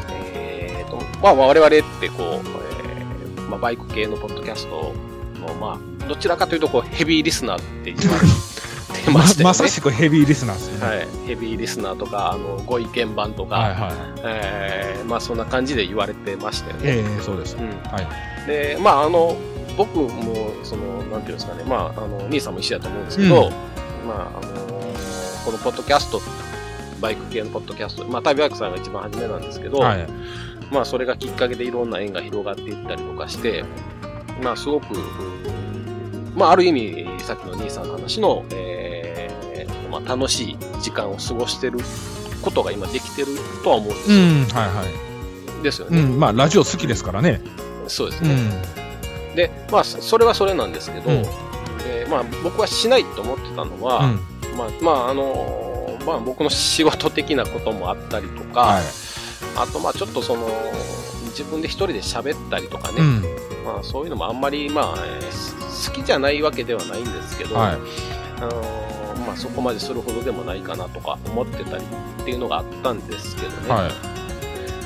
[SPEAKER 1] えーと、まあ、我々ってこう、えーまあ、バイク系のポッドキャストの、まあ、どちらかというと、こう、ヘビーリスナーって言 われて ま
[SPEAKER 2] ま
[SPEAKER 1] したよね。
[SPEAKER 2] まさしくヘビーリスナーですね。
[SPEAKER 1] はい。ヘビーリスナーとか、あの、ご意見版とか、
[SPEAKER 2] はいはい。
[SPEAKER 1] えーまあ、そんな感じで言われてましたよね。
[SPEAKER 2] ええそうです。
[SPEAKER 1] うん
[SPEAKER 2] はい。
[SPEAKER 1] で、まあ、あの、僕も、その、なんていうんですかね、まあ、あの、兄さんも一緒だと思うんですけど、
[SPEAKER 2] うん
[SPEAKER 1] まあ、あの、このポッドキャスト、バイク系のポッドキャスト、まあ、旅バイクさんが一番初めなんですけど、
[SPEAKER 2] はい。
[SPEAKER 1] まあ、それがきっかけでいろんな縁が広がっていったりとかして、まあ、すごく、うんまあ、ある意味、さっきの兄さんの話の、えーまあ、楽しい時間を過ごしてることが今できてるとは思うんです,、
[SPEAKER 2] うん、はいはい。
[SPEAKER 1] ですよ
[SPEAKER 2] う
[SPEAKER 1] ね、
[SPEAKER 2] ん、まあ、ラジオ好きですからね。
[SPEAKER 1] そうです
[SPEAKER 2] う
[SPEAKER 1] ね。
[SPEAKER 2] ん。
[SPEAKER 1] で、まあ、そそれはそれなんですけど、
[SPEAKER 2] うん
[SPEAKER 1] えーまあ、僕はしないと思ってたのは、
[SPEAKER 2] うん。
[SPEAKER 1] まあ、まあ、あのーまあ、僕の仕事的なこともあったりとか、
[SPEAKER 2] はい。
[SPEAKER 1] あと、まあ、ちょっとその、自分で一人で喋ったりとかね、
[SPEAKER 2] うん。
[SPEAKER 1] まあ、そういうのもあんまり、まあ、えーす好きじゃないわけではないんですけど、
[SPEAKER 2] はい。
[SPEAKER 1] あのーまあ、そこまでするほどでもないかなとか思ってたりっていうのがあったんですけどね、
[SPEAKER 2] はい。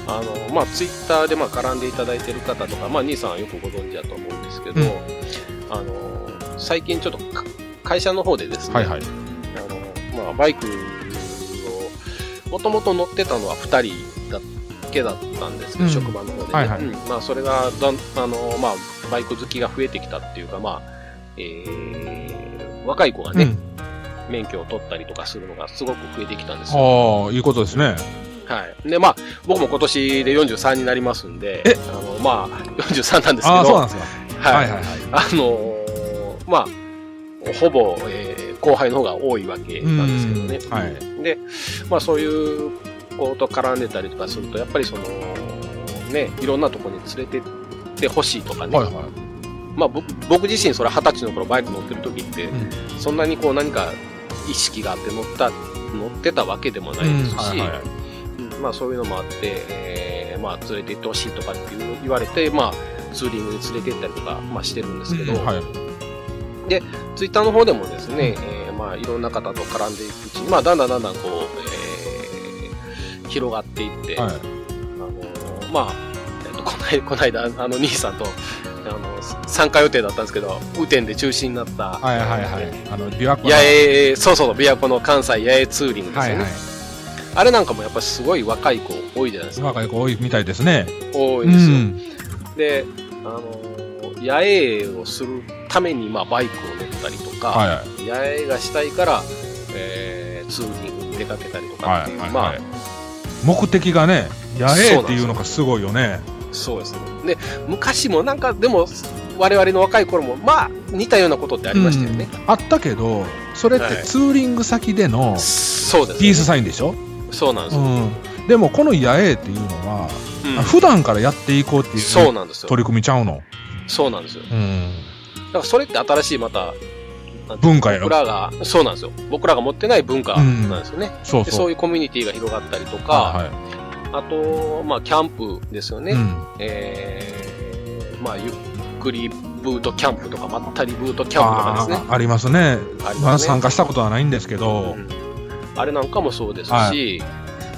[SPEAKER 1] あのまあ、ツイッターでまあ絡んでいただいてる方とか、まあ、兄さんはよくご存知だと思うんですけど、
[SPEAKER 2] うん
[SPEAKER 1] あの最近ちょっとか会社の方でですね、
[SPEAKER 2] はいはい。
[SPEAKER 1] あのまあ、バイクをもともと乗ってたのは2人だけだったんですけど、
[SPEAKER 2] うん
[SPEAKER 1] 職場の方でね、
[SPEAKER 2] はいはい
[SPEAKER 1] うんまあ、それがだんあの、まあ、バイク好きが増えてきたっていうか、まあえー若い子が
[SPEAKER 2] う
[SPEAKER 1] ね、
[SPEAKER 2] ん。
[SPEAKER 1] 免許を取ったりとかするのがすごく増えてきたんですよ。
[SPEAKER 2] ああ、いいことですね。
[SPEAKER 1] はい、でまあ僕も今年で43になりますんで
[SPEAKER 2] え
[SPEAKER 1] あのまあ43なんですけど
[SPEAKER 2] ああ、そうなんですか。
[SPEAKER 1] は
[SPEAKER 2] はいいはいはい。
[SPEAKER 1] あのーまあほぼ、えー後輩の方が多いわけなんですけどね。
[SPEAKER 2] うんはい
[SPEAKER 1] でまあそういう子と絡んでたりとかするとやっぱりそのねいろんなところに連れてってほしいとかね、
[SPEAKER 2] はいはい。
[SPEAKER 1] まあ、ぼ僕自身それ二十歳の頃バイク乗ってる時って、
[SPEAKER 2] うん
[SPEAKER 1] そんなにこう何か意識があって乗った乗ってたわけでもないですし。
[SPEAKER 2] はいはい
[SPEAKER 1] うんまあ、そういうのもあって、えーまあ、連れて行ってほしいとかっていう言われて、まあ、ツーリングに連れて行ったりとか、まあ、してるんですけど、
[SPEAKER 2] うんはい。
[SPEAKER 1] ツイッターの方でもですね、えーまあ、いろんな方と絡んでいくうちに、まあ、だんだんだんだんこう、えー広がっていって、
[SPEAKER 2] はい
[SPEAKER 1] あのーまあ、えっとこないこないだあの兄さんとあの参加予定だったんですけど雨天で中止になった、
[SPEAKER 2] はいはいはい。あの、琵琶湖の。
[SPEAKER 1] 八重そうそう琵琶湖の関西八重ツーリングですよ
[SPEAKER 2] は
[SPEAKER 1] ね、
[SPEAKER 2] いはい。
[SPEAKER 1] あれなんかもやっぱりすごい若い子多いじゃないですか
[SPEAKER 2] 若い子多いみたいですね。
[SPEAKER 1] 多
[SPEAKER 2] う
[SPEAKER 1] いですよ、
[SPEAKER 2] ん。
[SPEAKER 1] で、あのー野営をするために、まあ、バイクを乗ったりとか、
[SPEAKER 2] はいはい。
[SPEAKER 1] 野営がしたいから、えーツーリングに出かけたりとかっ
[SPEAKER 2] は
[SPEAKER 1] てい、
[SPEAKER 2] いうはい
[SPEAKER 1] ま
[SPEAKER 2] はい。目的がね、野営っていうのがすごいよね。
[SPEAKER 1] あそうですねで昔もなんかでも我々の若い頃もまあ似たようなことってありましたよね、
[SPEAKER 2] うんあったけど、それっ
[SPEAKER 1] は
[SPEAKER 2] て
[SPEAKER 1] い
[SPEAKER 2] ツーリング先での
[SPEAKER 1] そうです、ね、
[SPEAKER 2] ピースサインでしょ
[SPEAKER 1] そうなんです
[SPEAKER 2] う
[SPEAKER 1] よ、
[SPEAKER 2] ん。でもこの野営っていうのは、
[SPEAKER 1] うん
[SPEAKER 2] 普段からやっていこうってい
[SPEAKER 1] そう
[SPEAKER 2] う
[SPEAKER 1] なんですよ
[SPEAKER 2] 取り組みちゃうの。
[SPEAKER 1] そうなんですよ
[SPEAKER 2] うん。
[SPEAKER 1] だからそれって新しいまたなんていう
[SPEAKER 2] 文化や
[SPEAKER 1] 僕
[SPEAKER 2] ろ。
[SPEAKER 1] らがそうなんですよ僕らが持ってない文化なんですよね、
[SPEAKER 2] そう
[SPEAKER 1] でそ
[SPEAKER 2] そうう。
[SPEAKER 1] いうコミュニティが広がったりとか、
[SPEAKER 2] はいは
[SPEAKER 1] あと、まあ、キャンプですよ
[SPEAKER 2] い。
[SPEAKER 1] ね、
[SPEAKER 2] うん。
[SPEAKER 1] えーまあ、ゆっくりブートキャンプとか、まったりブートキャンプとか
[SPEAKER 2] あ
[SPEAKER 1] ですね、
[SPEAKER 2] あありますね。
[SPEAKER 1] あり
[SPEAKER 2] ま
[SPEAKER 1] ま
[SPEAKER 2] だ
[SPEAKER 1] すね
[SPEAKER 2] 参加したことはないんですけど
[SPEAKER 1] う、んあれなんかもそうですし、
[SPEAKER 2] は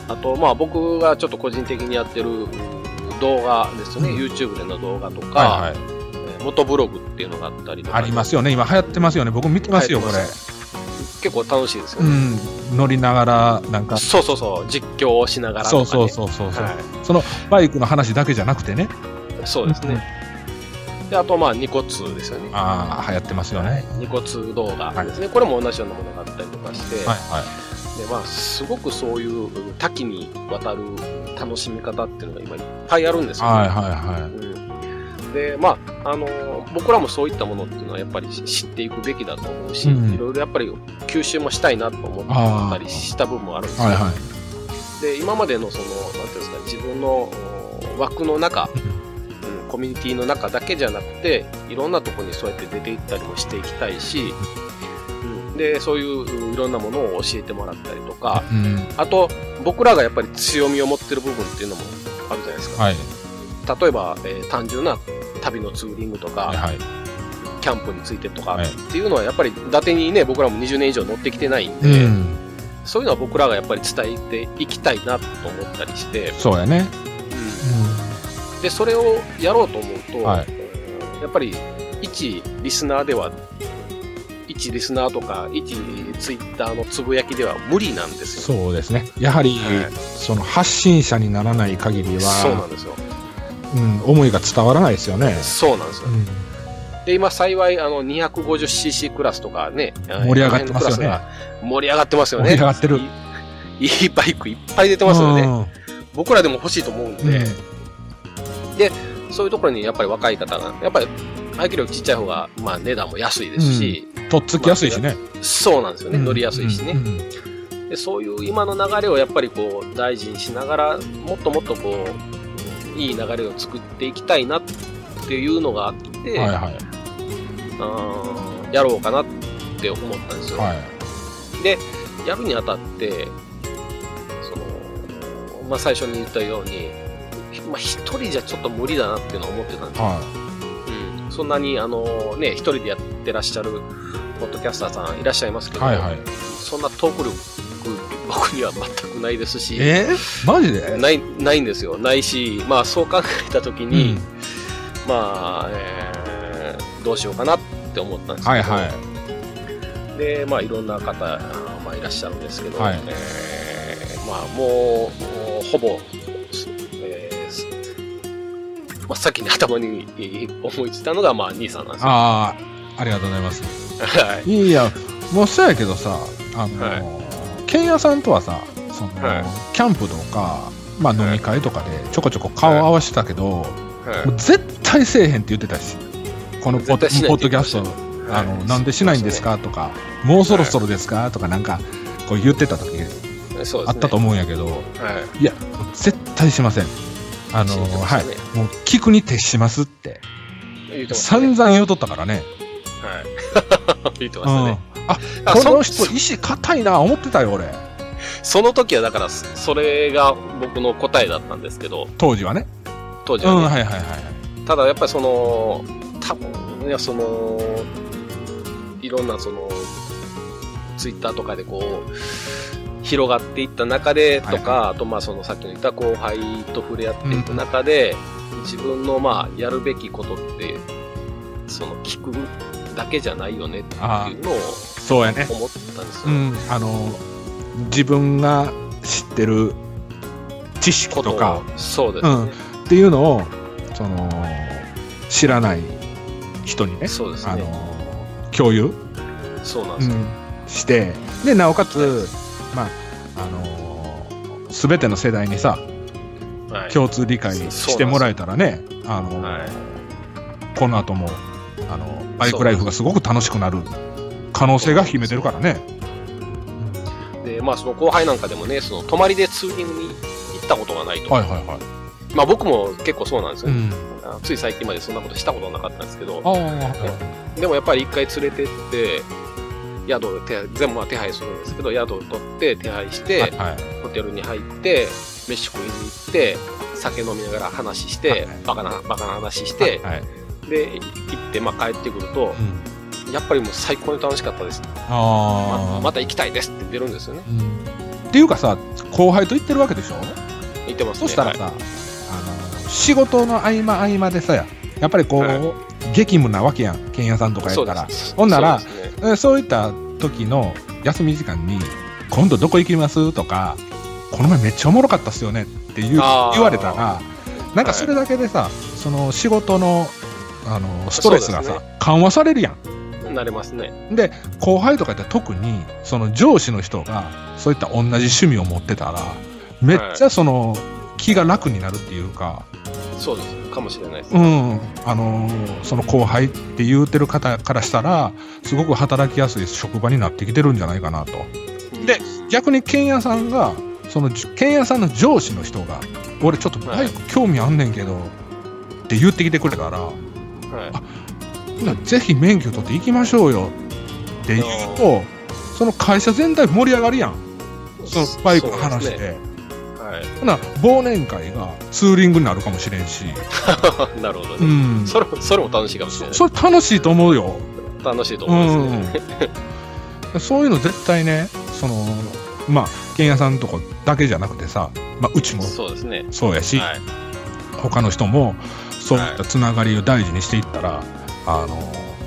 [SPEAKER 1] あと、まあ、僕がちょっと個人的にやってるうん動画ですね、
[SPEAKER 2] うん
[SPEAKER 1] YouTube での動画とか、
[SPEAKER 2] はいはい。
[SPEAKER 1] えー元ブログっていうのがあったりとか、
[SPEAKER 2] ありますよね。今流行ってますよね。僕見てますよ、
[SPEAKER 1] 流
[SPEAKER 2] こ
[SPEAKER 1] 行って
[SPEAKER 2] れ
[SPEAKER 1] ま。結構楽しいですよ
[SPEAKER 2] う
[SPEAKER 1] ね。
[SPEAKER 2] ん。乗りながら、なんか、
[SPEAKER 1] そうそうそう、実況をしながらとか、
[SPEAKER 2] そ
[SPEAKER 1] ね。
[SPEAKER 2] うそうそうそうそう。
[SPEAKER 1] はい
[SPEAKER 2] そのバイクの話だけじゃなくてね。
[SPEAKER 1] そうですね。で、あと、まあ、ニコ2ですよね。
[SPEAKER 2] ああ、流行ってますよね。
[SPEAKER 1] ニコ2動画ですね、これも同じようなものがあったりとかして、
[SPEAKER 2] はいは
[SPEAKER 1] でまあ、すごくそういう多岐にわたる楽しみ方っていうのが今いっぱいあるんですよ、ね
[SPEAKER 2] い。はいはいはい。
[SPEAKER 1] うんでまああの僕らもそういったものっていうのはやっぱり知っていくべきだと思うし、
[SPEAKER 2] うん
[SPEAKER 1] いろいろやっぱり吸収もしたいなと思
[SPEAKER 2] あー
[SPEAKER 1] ったりした部分もあるんですよ、
[SPEAKER 2] はいは
[SPEAKER 1] で今までのそのなんていうんですか自分のお枠の中、うん、コミュニティの中だけじゃなくていろんなとこにそうやって出ていったりもしていきたいし、うん、でそういううんいろんなものを教えてもらったりとか
[SPEAKER 2] い。うん。
[SPEAKER 1] あと僕らがやっぱり強みを持ってる部分っていうのもあるじゃないですか、
[SPEAKER 2] はい。
[SPEAKER 1] 例えば、えー単純な旅のツーリングと
[SPEAKER 2] はい
[SPEAKER 1] か
[SPEAKER 2] はい。
[SPEAKER 1] キャンプについてとか
[SPEAKER 2] はい
[SPEAKER 1] っていうのはやっぱり伊達にね僕らも20年以上乗ってきてないん
[SPEAKER 2] う
[SPEAKER 1] で、
[SPEAKER 2] ん。
[SPEAKER 1] そういうのは僕らがやっぱり伝えていきたいなと思ったりして、
[SPEAKER 2] そうやね。
[SPEAKER 1] うん
[SPEAKER 2] う
[SPEAKER 1] でそれをやろうと思うと、
[SPEAKER 2] はい
[SPEAKER 1] やっぱり一リスナーでは一リスナーとか一ツイッターのつぶやきでは無理なんで
[SPEAKER 2] ん。
[SPEAKER 1] すよ。
[SPEAKER 2] そうですね。やはり、
[SPEAKER 1] はい
[SPEAKER 2] その発信者にならない限り
[SPEAKER 1] そうな
[SPEAKER 2] は
[SPEAKER 1] ん、ですよ。
[SPEAKER 2] うん、思いが伝わらないですよね。
[SPEAKER 1] そうなんですよ。
[SPEAKER 2] う
[SPEAKER 1] で今幸いあの 250cc クラスとかね
[SPEAKER 2] 盛り上がってますよね
[SPEAKER 1] あの辺のクラスが盛り上がってますよね。
[SPEAKER 2] 盛り上がってる
[SPEAKER 1] いいいいバイクいっぱい出て
[SPEAKER 2] ん。
[SPEAKER 1] ますよね。僕らでも欲しいと思うんで、
[SPEAKER 2] うん。うん
[SPEAKER 1] そういうところにやっぱり若い方がやっぱり排気量ちっちゃい方がまあ値段も安いですし、
[SPEAKER 2] とっつきやすいしね。
[SPEAKER 1] そうなんですよね、
[SPEAKER 2] うん
[SPEAKER 1] 乗りやすいしね。
[SPEAKER 2] うんうん
[SPEAKER 1] でそういう今の流れをやっぱりこう大事にしながらもっともっとこういい流れを作っていきたいなっていうのがあって、
[SPEAKER 2] はいはい。
[SPEAKER 1] あーやろうかなって思ったんですよ。
[SPEAKER 2] はい。
[SPEAKER 1] やるにあたってその、まあ、最初に言ったように、まあ、一人じゃちょっと無理だなっていうのは思ってたんですよ。
[SPEAKER 2] は
[SPEAKER 1] うん、そんなにあの、ね、一人でやってらっしゃるポッドキャスターさんいらっしゃいますけ
[SPEAKER 2] い。
[SPEAKER 1] ど、
[SPEAKER 2] はいはい。
[SPEAKER 1] そんなトーク力僕には全くないですし。
[SPEAKER 2] えーマジで
[SPEAKER 1] ないないんですよ、ないし、まあ、そう考えたときに、
[SPEAKER 2] うん
[SPEAKER 1] まあ、えーどうしようかなって思ったんですけど、
[SPEAKER 2] はいはい。
[SPEAKER 1] でまあ、いろんな方、まあ、いらっしゃるんですけど、
[SPEAKER 2] はい
[SPEAKER 1] えーまあ、もう、もうほぼ、えーすまあ、先に頭にえー思いついたのが、まあ、兄さんなんですよ。
[SPEAKER 2] ああ、ありがとうございます。
[SPEAKER 1] はい。
[SPEAKER 2] いや、もうそうやけどさ、あの、ケンヤさんとはさ、その、
[SPEAKER 1] はい
[SPEAKER 2] キャンプとか、まあ飲み会とかでちょこちょこ顔合わせたけど、
[SPEAKER 1] はい
[SPEAKER 2] もう絶対せえへんって言ってたし、このポ
[SPEAKER 1] 絶
[SPEAKER 2] ッ
[SPEAKER 1] 対しない
[SPEAKER 2] ポ
[SPEAKER 1] っ
[SPEAKER 2] ッ
[SPEAKER 1] て
[SPEAKER 2] ドキ
[SPEAKER 1] 言
[SPEAKER 2] ャ
[SPEAKER 1] ってま
[SPEAKER 2] ス
[SPEAKER 1] したね
[SPEAKER 2] ト、あの、
[SPEAKER 1] はい
[SPEAKER 2] なんでしないんですかとか、もうそろそろですかとかなんか、こう言ってた時
[SPEAKER 1] そうですね。
[SPEAKER 2] あったと思うんやけど、
[SPEAKER 1] はい。
[SPEAKER 2] いや、絶対しません。あの、
[SPEAKER 1] 信じてまし
[SPEAKER 2] は
[SPEAKER 1] た
[SPEAKER 2] い
[SPEAKER 1] ね。
[SPEAKER 2] もう聞くに徹しますって、
[SPEAKER 1] 言ってました
[SPEAKER 2] 散
[SPEAKER 1] ね。
[SPEAKER 2] 々言うとったからね。
[SPEAKER 1] はい。 言ってましたね。
[SPEAKER 2] うん。あ、
[SPEAKER 1] あそ
[SPEAKER 2] この人、意志硬いな、思ってたよ、俺。
[SPEAKER 1] その時は、だから、そそれが僕の答えだったんですけど、
[SPEAKER 2] 当時はね。
[SPEAKER 1] 当時
[SPEAKER 2] うん、
[SPEAKER 1] は、ね
[SPEAKER 2] はいはいはいはい。
[SPEAKER 1] ただやっぱりその多分いやそのいろんなそのツイッターとかでこう広がっていった中でとか、あとまあそのさっきの言った後輩と触れ合っていく中で、自分のまあやるべきことってその聞くだけじゃないよねって
[SPEAKER 2] あ
[SPEAKER 1] いうのを
[SPEAKER 2] あ、そうやね。
[SPEAKER 1] 思ったんです
[SPEAKER 2] う
[SPEAKER 1] よ。
[SPEAKER 2] ん、あの、自分が知ってる知識
[SPEAKER 1] こと
[SPEAKER 2] と
[SPEAKER 1] を
[SPEAKER 2] か、
[SPEAKER 1] そうですね、
[SPEAKER 2] うんっていうのをその知らない人にね
[SPEAKER 1] そうです
[SPEAKER 2] あ
[SPEAKER 1] ね
[SPEAKER 2] の共有、
[SPEAKER 1] そうなん
[SPEAKER 2] う
[SPEAKER 1] ですよ、
[SPEAKER 2] んしてでなおかつ、まあ、あの全ての世代にさ
[SPEAKER 1] はい
[SPEAKER 2] 共通理解
[SPEAKER 1] そう
[SPEAKER 2] してもらえたらねあの、
[SPEAKER 1] はい
[SPEAKER 2] この後もあのバイクライフがすごく楽しくなる可能性が秘めてるからね。
[SPEAKER 1] でまあその後輩なんかでもねその泊まりでツーリングに行ったことがないと、
[SPEAKER 2] はいはいはい。
[SPEAKER 1] まあ僕も結構そうなんです
[SPEAKER 2] う
[SPEAKER 1] よ、ね
[SPEAKER 2] ん、
[SPEAKER 1] あつい最近までそんなことしたことなかったんですけど
[SPEAKER 2] ああ、
[SPEAKER 1] でもやっぱり一回連れてって宿を手配全部は手配するんですけど宿を取って手配して
[SPEAKER 2] はい
[SPEAKER 1] ホテルに入って飯食いに行って酒飲みながら話して、
[SPEAKER 2] はい
[SPEAKER 1] バカなバカな話して、
[SPEAKER 2] はい
[SPEAKER 1] で行って、まあ、帰ってくると
[SPEAKER 2] うん、
[SPEAKER 1] やっぱりもう最高に楽しかったです
[SPEAKER 2] あ
[SPEAKER 1] ま
[SPEAKER 2] あ、
[SPEAKER 1] また行きたいですって出るんですよね
[SPEAKER 2] うんっていうかさ後輩と言ってるわけでしょ
[SPEAKER 1] 行ってますね
[SPEAKER 2] そしたら
[SPEAKER 1] はい
[SPEAKER 2] さ、あの仕事の合間合間でさやっぱりこう、
[SPEAKER 1] はい
[SPEAKER 2] 激務なわけやん剣屋さんとかやった
[SPEAKER 1] そう
[SPEAKER 2] ら
[SPEAKER 1] です
[SPEAKER 2] ほんなら
[SPEAKER 1] そうですね
[SPEAKER 2] そうそういった時の休み時間に「今度どこ行きます?」とか「この前めっちゃおもろかったっすよね」っていう言
[SPEAKER 1] あー
[SPEAKER 2] われたらなんかそれだけでさ、その仕事のあのストレスが
[SPEAKER 1] そう
[SPEAKER 2] さ、
[SPEAKER 1] で
[SPEAKER 2] 緩和されるやん
[SPEAKER 1] なれますね
[SPEAKER 2] で後輩とかやって特にその上司の人がそういった同じ趣味を持ってたらめっちゃその気が楽になるっていうか、
[SPEAKER 1] そうですかもしれないです、
[SPEAKER 2] うんあのーその後輩って言うてる方からしたらすごく働きやすい職場になってきてるんじゃないかなとで逆に剣屋さんがそのじ剣屋さんの上司の人が「俺ちょっとバイク興味あんねんけど」って言ってきてくれたら
[SPEAKER 1] はい
[SPEAKER 2] ほなぜひ免許取って行きましょうよって言うとその会社全体盛り上がるやんそのバイクの話
[SPEAKER 1] そう
[SPEAKER 2] で
[SPEAKER 1] ですねはい
[SPEAKER 2] ほな忘年会がツーリングになるかもしれんし、
[SPEAKER 1] なるほど
[SPEAKER 2] う
[SPEAKER 1] ね、
[SPEAKER 2] ん、
[SPEAKER 1] それもそれも楽しいかもしれない
[SPEAKER 2] それ楽しいと思うよ、
[SPEAKER 1] 楽しいと
[SPEAKER 2] う
[SPEAKER 1] 思うんです
[SPEAKER 2] ん
[SPEAKER 1] ね、
[SPEAKER 2] そういうの絶対ねそのまあ剣屋さんとこだけじゃなくてさ、まあ、うちも
[SPEAKER 1] そうですね
[SPEAKER 2] そうやし、
[SPEAKER 1] はい
[SPEAKER 2] 他の人もそういったつながりを大事にしていったら、あの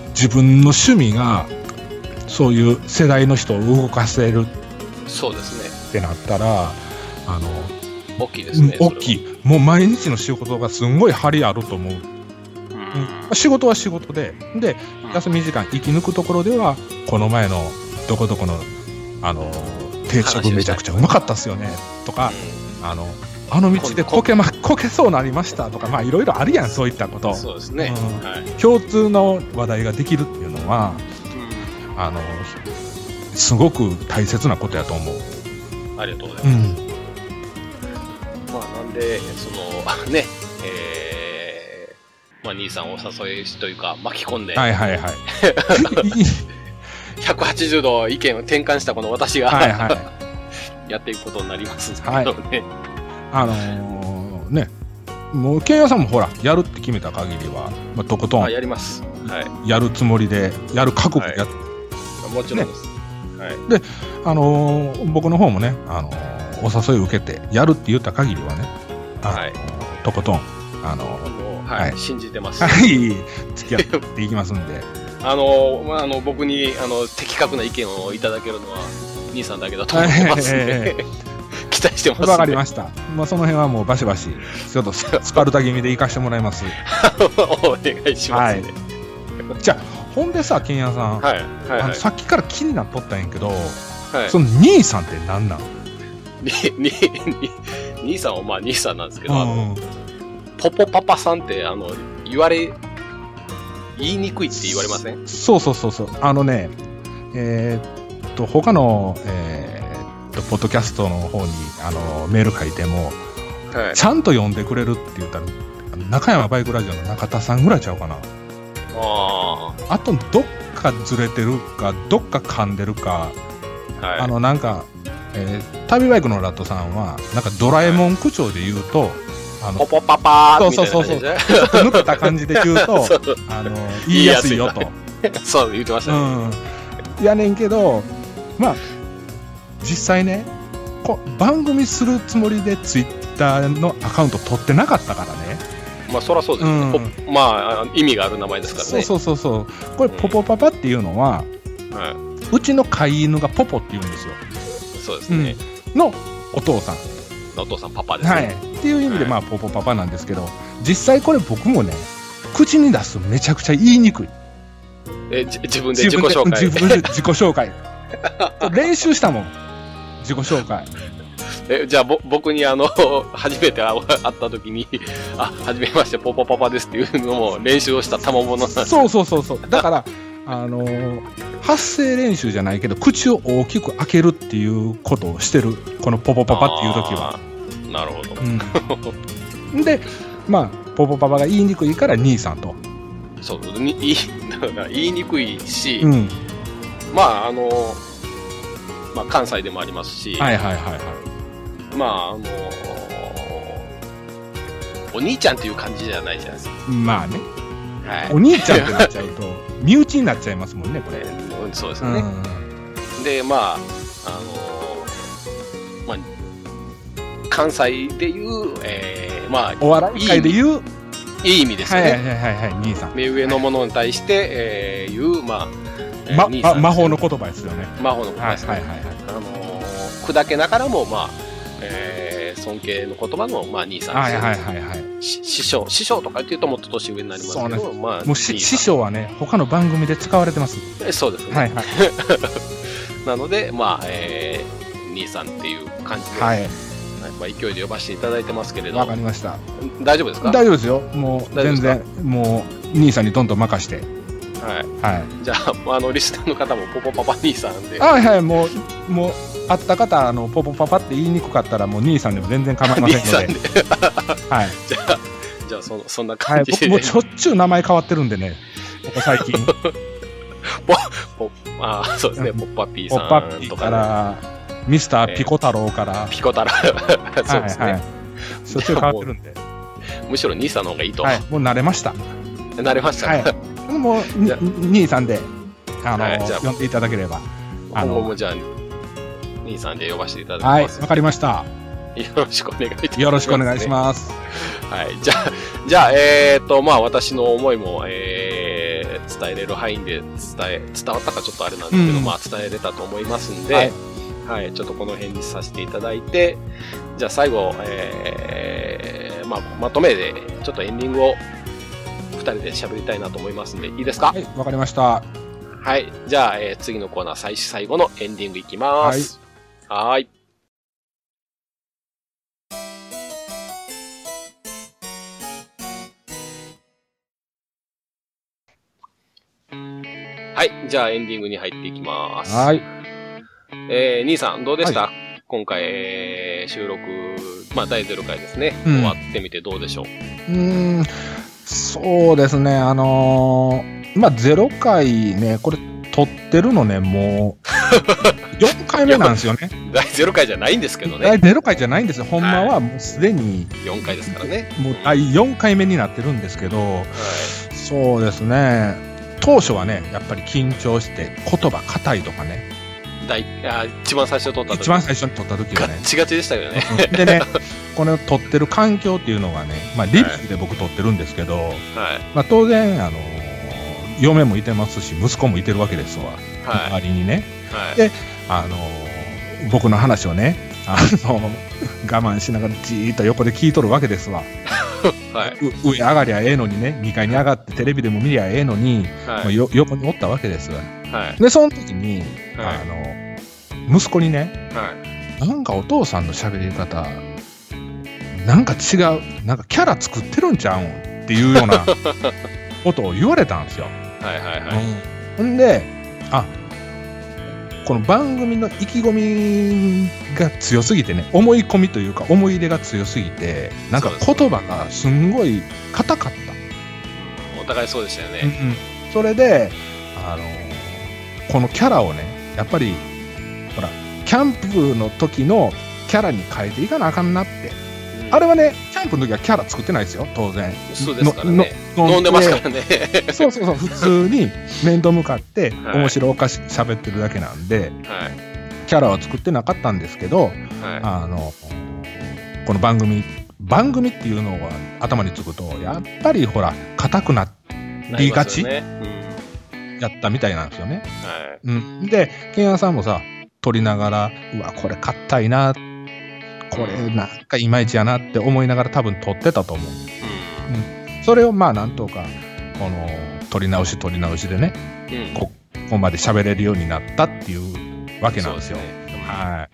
[SPEAKER 2] 自分の趣味がそういう世代の人を動かせる
[SPEAKER 1] そうですね
[SPEAKER 2] ってなったらあの、
[SPEAKER 1] 大きいですね
[SPEAKER 2] 大きいもう毎日の仕事がすんごい張りあると思う、
[SPEAKER 1] それは
[SPEAKER 2] まあ仕事は仕事でで
[SPEAKER 1] うん
[SPEAKER 2] 休み時間生き抜くところではこの前のどこどこのあの定食めちゃくちゃうまかったっすよねとかあのあの道でこけ,、ま、こけそうなりましたとかまあいろいろあるやんそういったこ
[SPEAKER 1] う
[SPEAKER 2] と
[SPEAKER 1] んそうですね、
[SPEAKER 2] うん
[SPEAKER 1] はい、
[SPEAKER 2] 共通の話題ができるっていうのはあのすごく大切なことやと思う。
[SPEAKER 1] ありがとうございうます、
[SPEAKER 2] ん、
[SPEAKER 1] まあなんでその ねえーまあ、兄さんをお誘いというか巻き込んで
[SPEAKER 2] はいはい はい。
[SPEAKER 1] 180度意見を転換したこの私が、
[SPEAKER 2] はいはい。
[SPEAKER 1] やっていくことになりますけ
[SPEAKER 2] はい
[SPEAKER 1] どね、
[SPEAKER 2] あのーね、もう、慶応さんもほら、やるって決めた限りは、まあ、とこと
[SPEAKER 1] あ
[SPEAKER 2] ん
[SPEAKER 1] やります、は
[SPEAKER 2] やるつもりで、やる覚悟
[SPEAKER 1] はい
[SPEAKER 2] や、
[SPEAKER 1] い、もちろんです、はい、
[SPEAKER 2] あのー僕の方もね、あのーお誘いを受けて、やるって言った限りはね、あのー
[SPEAKER 1] はい
[SPEAKER 2] とことん、あのー
[SPEAKER 1] もうはい
[SPEAKER 2] はい
[SPEAKER 1] 信じてます、
[SPEAKER 2] はい、付き合っていきますんで、
[SPEAKER 1] あの、まあ、あの僕にあの的確な意見をいただけるのは兄さんだけだと思ってますん
[SPEAKER 2] え
[SPEAKER 1] で、 期待してます、ね。
[SPEAKER 2] わかりました。まあ、その辺はもうバシバシ、ちょっとススパルタ気味で行かしてもらいます。
[SPEAKER 1] お願いしますね。
[SPEAKER 2] じゃあ、ほんでさ、金谷さん、
[SPEAKER 1] はい。はい。
[SPEAKER 2] あ
[SPEAKER 1] は
[SPEAKER 2] の
[SPEAKER 1] い。
[SPEAKER 2] さっきから気になっとったんやけど、
[SPEAKER 1] はい
[SPEAKER 2] その兄さんって何なん
[SPEAKER 1] に、に、に、兄さんはまあ兄さんなんですけど、あの
[SPEAKER 2] うん、
[SPEAKER 1] ポポパパさんって、あの、言われ、言いにくいって言われません
[SPEAKER 2] そうそうそうそう。あのね、えーっと、他の、えーっと、ポッドキャストの方にあのメール書いても、
[SPEAKER 1] はい。
[SPEAKER 2] ちゃんと読んでくれるって言ったら、中山バイクラジオの中田さんぐらいちゃうかな。
[SPEAKER 1] あ
[SPEAKER 2] あと、どっかずれてるか、どっか噛んでるか、
[SPEAKER 1] あ、はい。
[SPEAKER 2] あの、なんか、えー旅バイクのラットさんは、なんかドラえもん口調で言うと、あの
[SPEAKER 1] ポ、ポパパーみたいな
[SPEAKER 2] そう
[SPEAKER 1] 感
[SPEAKER 2] そう
[SPEAKER 1] じで
[SPEAKER 2] ちょっと抜けた感じで言うと
[SPEAKER 1] そ、
[SPEAKER 2] あの、言いやすいよと。
[SPEAKER 1] そう言ってましたね。
[SPEAKER 2] うん。やねんけど、まあ、実際ね、こ番組するつもりでツイッターのアカウント取ってなかったからね。
[SPEAKER 1] まあ、そらそうですね。
[SPEAKER 2] うん
[SPEAKER 1] ポッまああ、意味がある名前ですから
[SPEAKER 2] そう
[SPEAKER 1] ね。
[SPEAKER 2] そうそうそう。これ、ポポパパっていうのは、
[SPEAKER 1] は
[SPEAKER 2] うちの飼い犬がポポって言うんですよ。
[SPEAKER 1] い、そうですね。
[SPEAKER 2] のお父さん。
[SPEAKER 1] お父さん、パパですね。
[SPEAKER 2] はい。っていう意味で、まあ、ポポパパなんですけど、実際これ僕もね、口に出すとめちゃくちゃ言いにくい。
[SPEAKER 1] えじ自分で自己紹介。
[SPEAKER 2] 自分で自己紹介。 練習したもん。自己紹介。
[SPEAKER 1] えじゃあぼ僕にあの 初めて会った時に 「あ初めましてポポパパです」っていうのも練習をした賜物なんです
[SPEAKER 2] そうそうそうそう。だから、あのー発声練習じゃないけど、口を大きく開けるっていうことをしてる。このポポパパっていう時は。
[SPEAKER 1] あーなるほど
[SPEAKER 2] うん。で、まあ、ポポパパが言いにくいから兄さんと。
[SPEAKER 1] そうに言い だから言いにくいし、
[SPEAKER 2] うん。
[SPEAKER 1] まああの、まあ、関西でもありますし、
[SPEAKER 2] はいはいはいは
[SPEAKER 1] まああのお兄ちゃんっていう感じじゃないじゃないですか、
[SPEAKER 2] い。まあね、
[SPEAKER 1] はい
[SPEAKER 2] お兄ちゃんってなっちゃうと、身内になっちゃいますもんね、これ。
[SPEAKER 1] えーうんそうです
[SPEAKER 2] う
[SPEAKER 1] よね、
[SPEAKER 2] ん。
[SPEAKER 1] でまああのまあ関西でいう、えーまあ
[SPEAKER 2] お笑い界で言う、
[SPEAKER 1] いい意味です
[SPEAKER 2] は
[SPEAKER 1] よ
[SPEAKER 2] い
[SPEAKER 1] ね、
[SPEAKER 2] はいはいはいはい、兄さん。
[SPEAKER 1] 目上のものに対して、えーいうまあ、えー
[SPEAKER 2] ま、
[SPEAKER 1] 兄さん
[SPEAKER 2] ま魔法の言葉ですよね。
[SPEAKER 1] 魔法の言葉
[SPEAKER 2] は
[SPEAKER 1] で
[SPEAKER 2] い
[SPEAKER 1] すね、
[SPEAKER 2] はいはいはい。
[SPEAKER 1] あのー砕けながらもまあ、えー尊敬の言葉のまあ兄さんで
[SPEAKER 2] は
[SPEAKER 1] す
[SPEAKER 2] い
[SPEAKER 1] よね
[SPEAKER 2] はいはいはい。
[SPEAKER 1] し師匠師匠とかっていうともっと年上になりますけ
[SPEAKER 2] そう
[SPEAKER 1] どまあ
[SPEAKER 2] もうし
[SPEAKER 1] 兄さ
[SPEAKER 2] 師
[SPEAKER 1] ん
[SPEAKER 2] 匠はね、他の番組で使われてます。
[SPEAKER 1] えそうですね、
[SPEAKER 2] はいはい。
[SPEAKER 1] なのでまあ、えー兄さんっていう感じで、
[SPEAKER 2] はい。
[SPEAKER 1] まあ、勢いで呼ばせていただいてますけれど
[SPEAKER 2] わかりました。
[SPEAKER 1] 大丈夫ですか
[SPEAKER 2] 大丈夫ですよ。もう
[SPEAKER 1] 大丈夫で
[SPEAKER 2] 全
[SPEAKER 1] すか
[SPEAKER 2] 然、もう兄さんにどんどん任して。
[SPEAKER 1] はい、
[SPEAKER 2] はい。
[SPEAKER 1] じゃあまあ あのリスナーの方もポポパパ兄さんで
[SPEAKER 2] はいはい、もう、もう、あった方、あの、ポポパパって言いにくかったら、もう兄さんでも全然構いま
[SPEAKER 1] 兄
[SPEAKER 2] せん
[SPEAKER 1] さん
[SPEAKER 2] の
[SPEAKER 1] で
[SPEAKER 2] で。はい。
[SPEAKER 1] じゃあじゃあそのそんな
[SPEAKER 2] は
[SPEAKER 1] 感
[SPEAKER 2] い。
[SPEAKER 1] じで、
[SPEAKER 2] 僕もうしょっちゅう名前変わってるんでね。ここ最近、
[SPEAKER 1] ああ、そうですね、
[SPEAKER 2] うん
[SPEAKER 1] ポッパッピー
[SPEAKER 2] ポ
[SPEAKER 1] さ
[SPEAKER 2] ッパッ
[SPEAKER 1] ん
[SPEAKER 2] ピ
[SPEAKER 1] と
[SPEAKER 2] ー
[SPEAKER 1] かね、
[SPEAKER 2] から、ミスターピコ太郎から、
[SPEAKER 1] ピコ太郎、 そうですね、
[SPEAKER 2] はいはい。しょっちゅう変わってるんで。
[SPEAKER 1] むしろ兄さんの方がいいと、
[SPEAKER 2] はい。もう慣れました。
[SPEAKER 1] なれました、ね
[SPEAKER 2] はい。もう、に
[SPEAKER 1] じゃあ
[SPEAKER 2] 兄さんで、あの、
[SPEAKER 1] はいじゃあ
[SPEAKER 2] 呼んでいただければ。あ
[SPEAKER 1] 今後
[SPEAKER 2] の
[SPEAKER 1] も、じゃあ、兄さんで呼ばせていただき
[SPEAKER 2] はい、
[SPEAKER 1] ま
[SPEAKER 2] わ
[SPEAKER 1] す。
[SPEAKER 2] かりました。
[SPEAKER 1] よろしくお願いいたします、
[SPEAKER 2] よろしくお願いします。
[SPEAKER 1] す。はい、じゃあ、じゃあえっ、と、まあ、私の思いも、えー伝えれる範囲で伝え、伝わったかちょっとあれなんですけど、
[SPEAKER 2] うん
[SPEAKER 1] まあ、伝えれたと思いますんで、
[SPEAKER 2] は
[SPEAKER 1] はいい、ちょっとこの辺にさせていただいて、じゃあ最後、えーまあ、まとめで、ちょっとエンディングを二人で喋りたいなと思いますんで、いいですか
[SPEAKER 2] はい、わかりました。
[SPEAKER 1] はい。じゃあ、えー次のコーナー、最最後のエンディングいきます。はーい。はいじゃあエンディングに入っていきます。
[SPEAKER 2] はい、
[SPEAKER 1] えー兄さん、どうでした、今回、えー収録、まあ、第0回ですね、
[SPEAKER 2] うん
[SPEAKER 1] 終わってみてどうでしょう
[SPEAKER 2] うーん、そうですね、あのーまあ、ゼロ回ね、これ、撮ってるのね、も う、4回目なんですよね。
[SPEAKER 1] 第0回じゃないんですけどね、
[SPEAKER 2] 第ゼロ回じゃないんですよ、ほんまはもうすでに、
[SPEAKER 1] 4回ですからね。
[SPEAKER 2] もう第4回目になってるんですけど、
[SPEAKER 1] は
[SPEAKER 2] そうですね、当初はね、やっぱり緊張して、言葉硬いとかね、
[SPEAKER 1] い、第あ一番最初に撮った時
[SPEAKER 2] 一番最初に撮った時
[SPEAKER 1] ガ
[SPEAKER 2] はね
[SPEAKER 1] ッ、チガチでしたけどね。
[SPEAKER 2] でね、この撮ってる環境っていうのがね、まあ、リビングで僕撮ってるんですけど、
[SPEAKER 1] はい。
[SPEAKER 2] まあ、当然、あのー嫁もいてますし、息子もいてるわけですわ、
[SPEAKER 1] はい。
[SPEAKER 2] 周りにね。
[SPEAKER 1] はい。
[SPEAKER 2] であのー僕の話をね、あの、我慢しながらじーっと横で聞いとるわけですわ。
[SPEAKER 1] はいう
[SPEAKER 2] 上上がりゃええのにね、2階に上がってテレビでも見りゃええのに、ま
[SPEAKER 1] は
[SPEAKER 2] あ
[SPEAKER 1] い
[SPEAKER 2] よ横におったわけです。
[SPEAKER 1] はい
[SPEAKER 2] で、その時に、
[SPEAKER 1] はい
[SPEAKER 2] あの、息子にね、
[SPEAKER 1] はい
[SPEAKER 2] なんかお父さんの喋り方、なんか違う、なんかキャラ作ってるんちゃうんっていうようなことを言われたんですよ。
[SPEAKER 1] はいはいはい
[SPEAKER 2] ほんで、あこの番組の意気込みが強すぎてね、思い込みというか、思い入れが強すぎて、なんか
[SPEAKER 1] そうで
[SPEAKER 2] 言葉がすんごい硬かった。
[SPEAKER 1] お互いそうでしたよね、
[SPEAKER 2] うんうんそれで、あのーこのキャラをねやっぱりほらキャンプの時のキャラに変えていかなあかんなって
[SPEAKER 1] うん
[SPEAKER 2] あれはねキャンプの時はキャラ作ってないですよ当然
[SPEAKER 1] そうですからね
[SPEAKER 2] のの
[SPEAKER 1] 飲んでますからね
[SPEAKER 2] そうそうそう普通に面と向かって
[SPEAKER 1] はい
[SPEAKER 2] 面白おかしく喋ってるだけなんで
[SPEAKER 1] はい
[SPEAKER 2] キャラは作ってなかったんですけど
[SPEAKER 1] は
[SPEAKER 2] あのこの番組番組っていうのは頭につくとやっぱりほら硬くなっ
[SPEAKER 1] い
[SPEAKER 2] リーガチ
[SPEAKER 1] なりますよね
[SPEAKER 2] やったみたいなんですよね。
[SPEAKER 1] うんはい
[SPEAKER 2] うん、で、ケンヤさんもさ、撮りながら、うわ、これ硬いな、これなんかいまいちやなって思いながら多分撮ってたと思う。それをまあなんとか、この、撮り直し撮り直しでね、
[SPEAKER 1] うんうん
[SPEAKER 2] こここまで喋れるようになったっていうわけなんですよ。
[SPEAKER 1] そうね
[SPEAKER 2] は